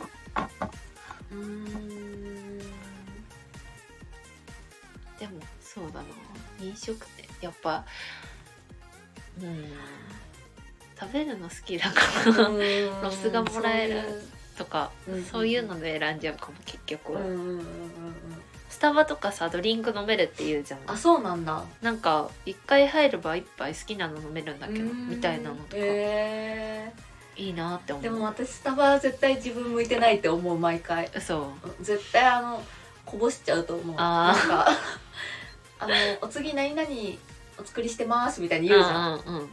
A: うーん
B: でもそうだな飲食店やっぱうん食べるの好きだから
A: うん
B: ロスがもらえるとか、
A: うんうんうん
B: そういうので選んじゃうかも結局、
A: そういううんうんうんうん
B: スタバとかさドリンク飲めるっていうじゃん
A: あそうなんだ
B: なんか一回入れば一杯好きなの飲めるんだけど
A: うん
B: みたいなのとか、
A: え
B: いいなって思
A: ーで
B: う
A: も私スタバは絶対自分向いてないって思う毎回
B: そう
A: 絶対あのこぼしちゃうと思う
B: あ
A: なんかあの「お次何々お作りしてます」みたいに言うじゃん、
B: うんうんうん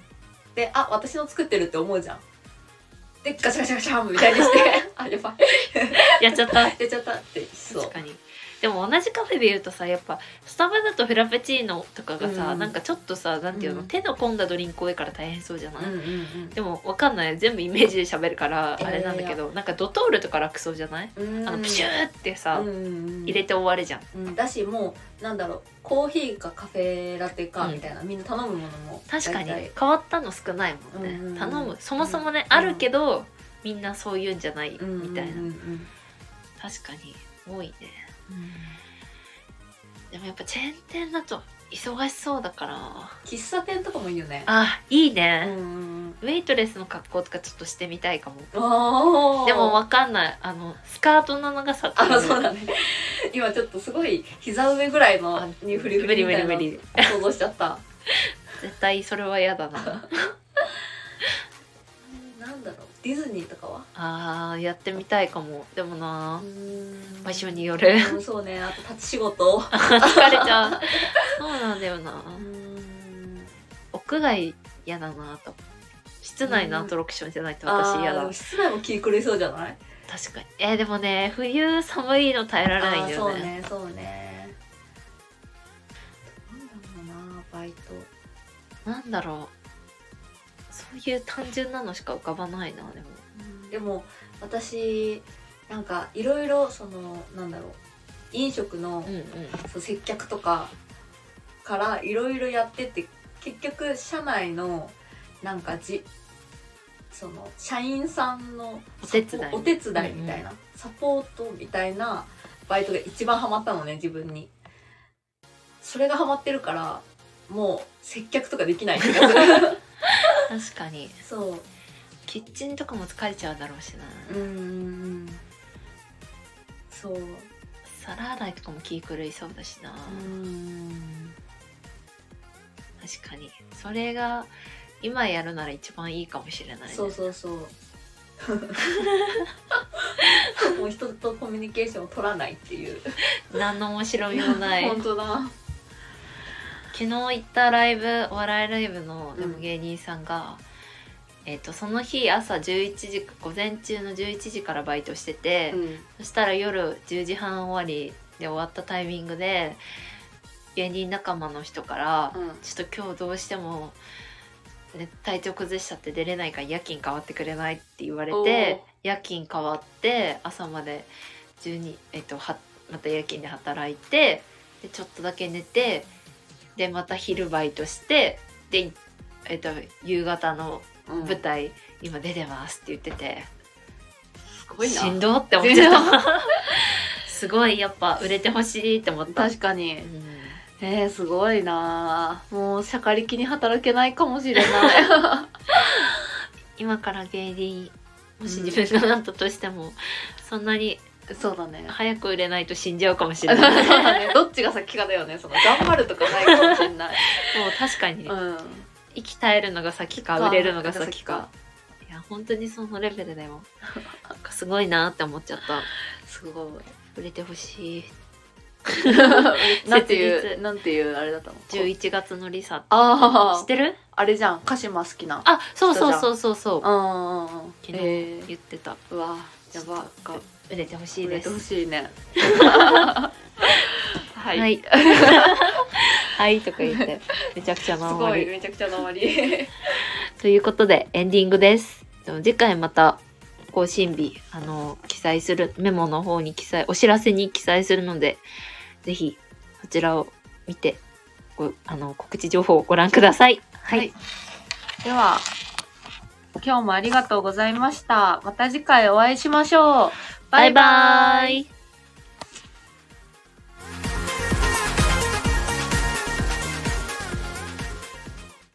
A: で「あ私の作ってる」って思うじゃんでガシャガシャガシャンみたいにして「 *laughs* あやばい
B: やっちゃった
A: 出ちゃった」ってそ
B: 確
A: う
B: かにでも同じカフェで言うとさやっぱスタバだとフラペチーノとかがさ、
A: うん
B: なんかちょっとさなんていうの、
A: うん
B: 手の込んだドリンク多いから大変そうじゃない、
A: うんうんうん
B: でもわかんない全部イメージで喋るから
A: いや
B: あ
A: いや
B: れ
A: いや
B: なんだけど、なんかドトールとか楽そうじゃない、
A: うん
B: あのプシューってさ、
A: うんうんうん
B: 入れて終わるじゃん
A: うんだしもうなんだろうコーヒーかカフェラテか
B: うん
A: みたいな、みんな頼むものも
B: 確かに
A: 大体
B: 変わったの少ないもんね、
A: うんうんうん
B: 頼むそもそもね、
A: うん
B: あるけどみんなそういうんじゃないみた
A: う
B: い
A: ん
B: な、
A: うんうん
B: 確かに多いねでもやっぱチェーン店だと忙しそうだから
A: 喫茶店とかもいいよね
B: あいい
A: うん
B: ね、
A: うん
B: ウェイトレスの格好とかちょっとしてみたいかも
A: うんあー
B: でもわかんないあのスカートの長さ
A: あ、そう
B: だ
A: だね。今ちょっとすごい膝上ぐらいのにフリフ
B: 無
A: リ
B: 理
A: み
B: 無
A: た
B: 理
A: いなの
B: 無理
A: 想像しちゃった。
B: 絶対それは嫌だな
A: なんだろう、ディズニーとかは？
B: あーやってみたいかもでもな場所によ
A: う
B: る
A: んそうね、あと立ち仕事。
B: 疲れち
A: *laughs*
B: ゃうそうなんだよな屋外嫌だなと室内のアトラクションじゃないと私嫌
A: あー
B: だ
A: でも室内も気狂いそうじゃない？
B: 確かにえーでもね冬寒いの耐えられないんだよ
A: あーそう
B: ね
A: ね、そうね。なんだろうな、バイト。
B: なんだろうそういう単純なのしか浮かばないなでも
A: でも私なんかいろいろそのなんだろう飲食の、
B: うんうん
A: そう接客とかからいろいろやってって結局社内のなんかじその社員さんの
B: お手伝い
A: サポお手伝いみたいな、サポートみたいなバイトが一番ハマったのね自分にそれがハマってるからもう接客とかでき
B: *laughs*
A: ない気がする
B: 確かに
A: そ
B: キッチンとかも疲れちゃうだろうしな、
A: ううんそう
B: 皿洗いとかも気狂いそうだしな、
A: うん
B: 確かにそれが今やるなら一番いいかもしれないね
A: そうそう *laughs* そうもう人とコミュニケーションを取らないっていう
B: 何の面白みもな
A: *laughs*
B: い
A: 本当だ
B: 昨日行ったライブお笑いライブの
A: うん
B: でも芸人さんが、えっとその日朝11時午前中の11時からバイトしてて、
A: うん
B: そしたら夜10時半終わりで終わったタイミングで芸人仲間の人から「
A: う
B: ちょっと今日どうしても、ね、体調崩しちゃって出れないから夜勤変わってくれない?」って言われて夜勤変わって朝まで12、えっと、はまた夜勤で働いてでちょっとだけ寝てでまた昼バイトしてで、えっと、夕方の
A: んうん
B: 舞台、今出てますって言ってて。
A: すごい
B: し
A: な
B: んどって思っちゃ
A: *laughs*
B: った。すごいやっぱ売れてほしいって思った。
A: 確かに
B: うん
A: えー、すごいなもうしゃかりきに働けないかもしれない *laughs*
B: 今から芸人もし自分がなったとしても、そんなに
A: そうだね
B: 早く売れないと死んじゃうかもし
A: そ
B: れ
A: う
B: ない。もう
A: だねどっちが先かだよねその頑張るとかないかもしれない
B: 確か
A: *laughs*
B: に、
A: うん
B: 息絶えるのが先か
A: か
B: 売れるのが先か。いや本当にそのレベルだよ。なんかすごいなって思っちゃった。
A: すごい
B: 売れてほし
A: *laughs*
B: い。
A: なんてい
B: 切
A: うなんていうあれだったの
B: 11月のリサ。知
A: あ
B: っ
A: あ
B: てる？
A: あれじゃん鹿島好きな
B: あ、そうそうそうそうそう。
A: うんうんうん
B: 昨日
A: えー
B: 言ってた。
A: うわやばが
B: 売れてほしい
A: 入れ
B: で
A: て
B: す
A: ほ。しい *laughs* ねは
B: はい。 *laughs* はい、とか言って、めちゃくちゃ
A: す
B: 回
A: ごい
B: り。
A: めちゃくちゃなまり
B: ということで、エンディングです。でも次回また更新日、あの、記載する、メモの方に記載、お知らせに記載するので、ぜひ、そちらを見て、ごあの、告知情報をご覧ください。はい。
A: はい *laughs* では今日もありがとうございましたまた次回お会いしましょう
B: バイバイ。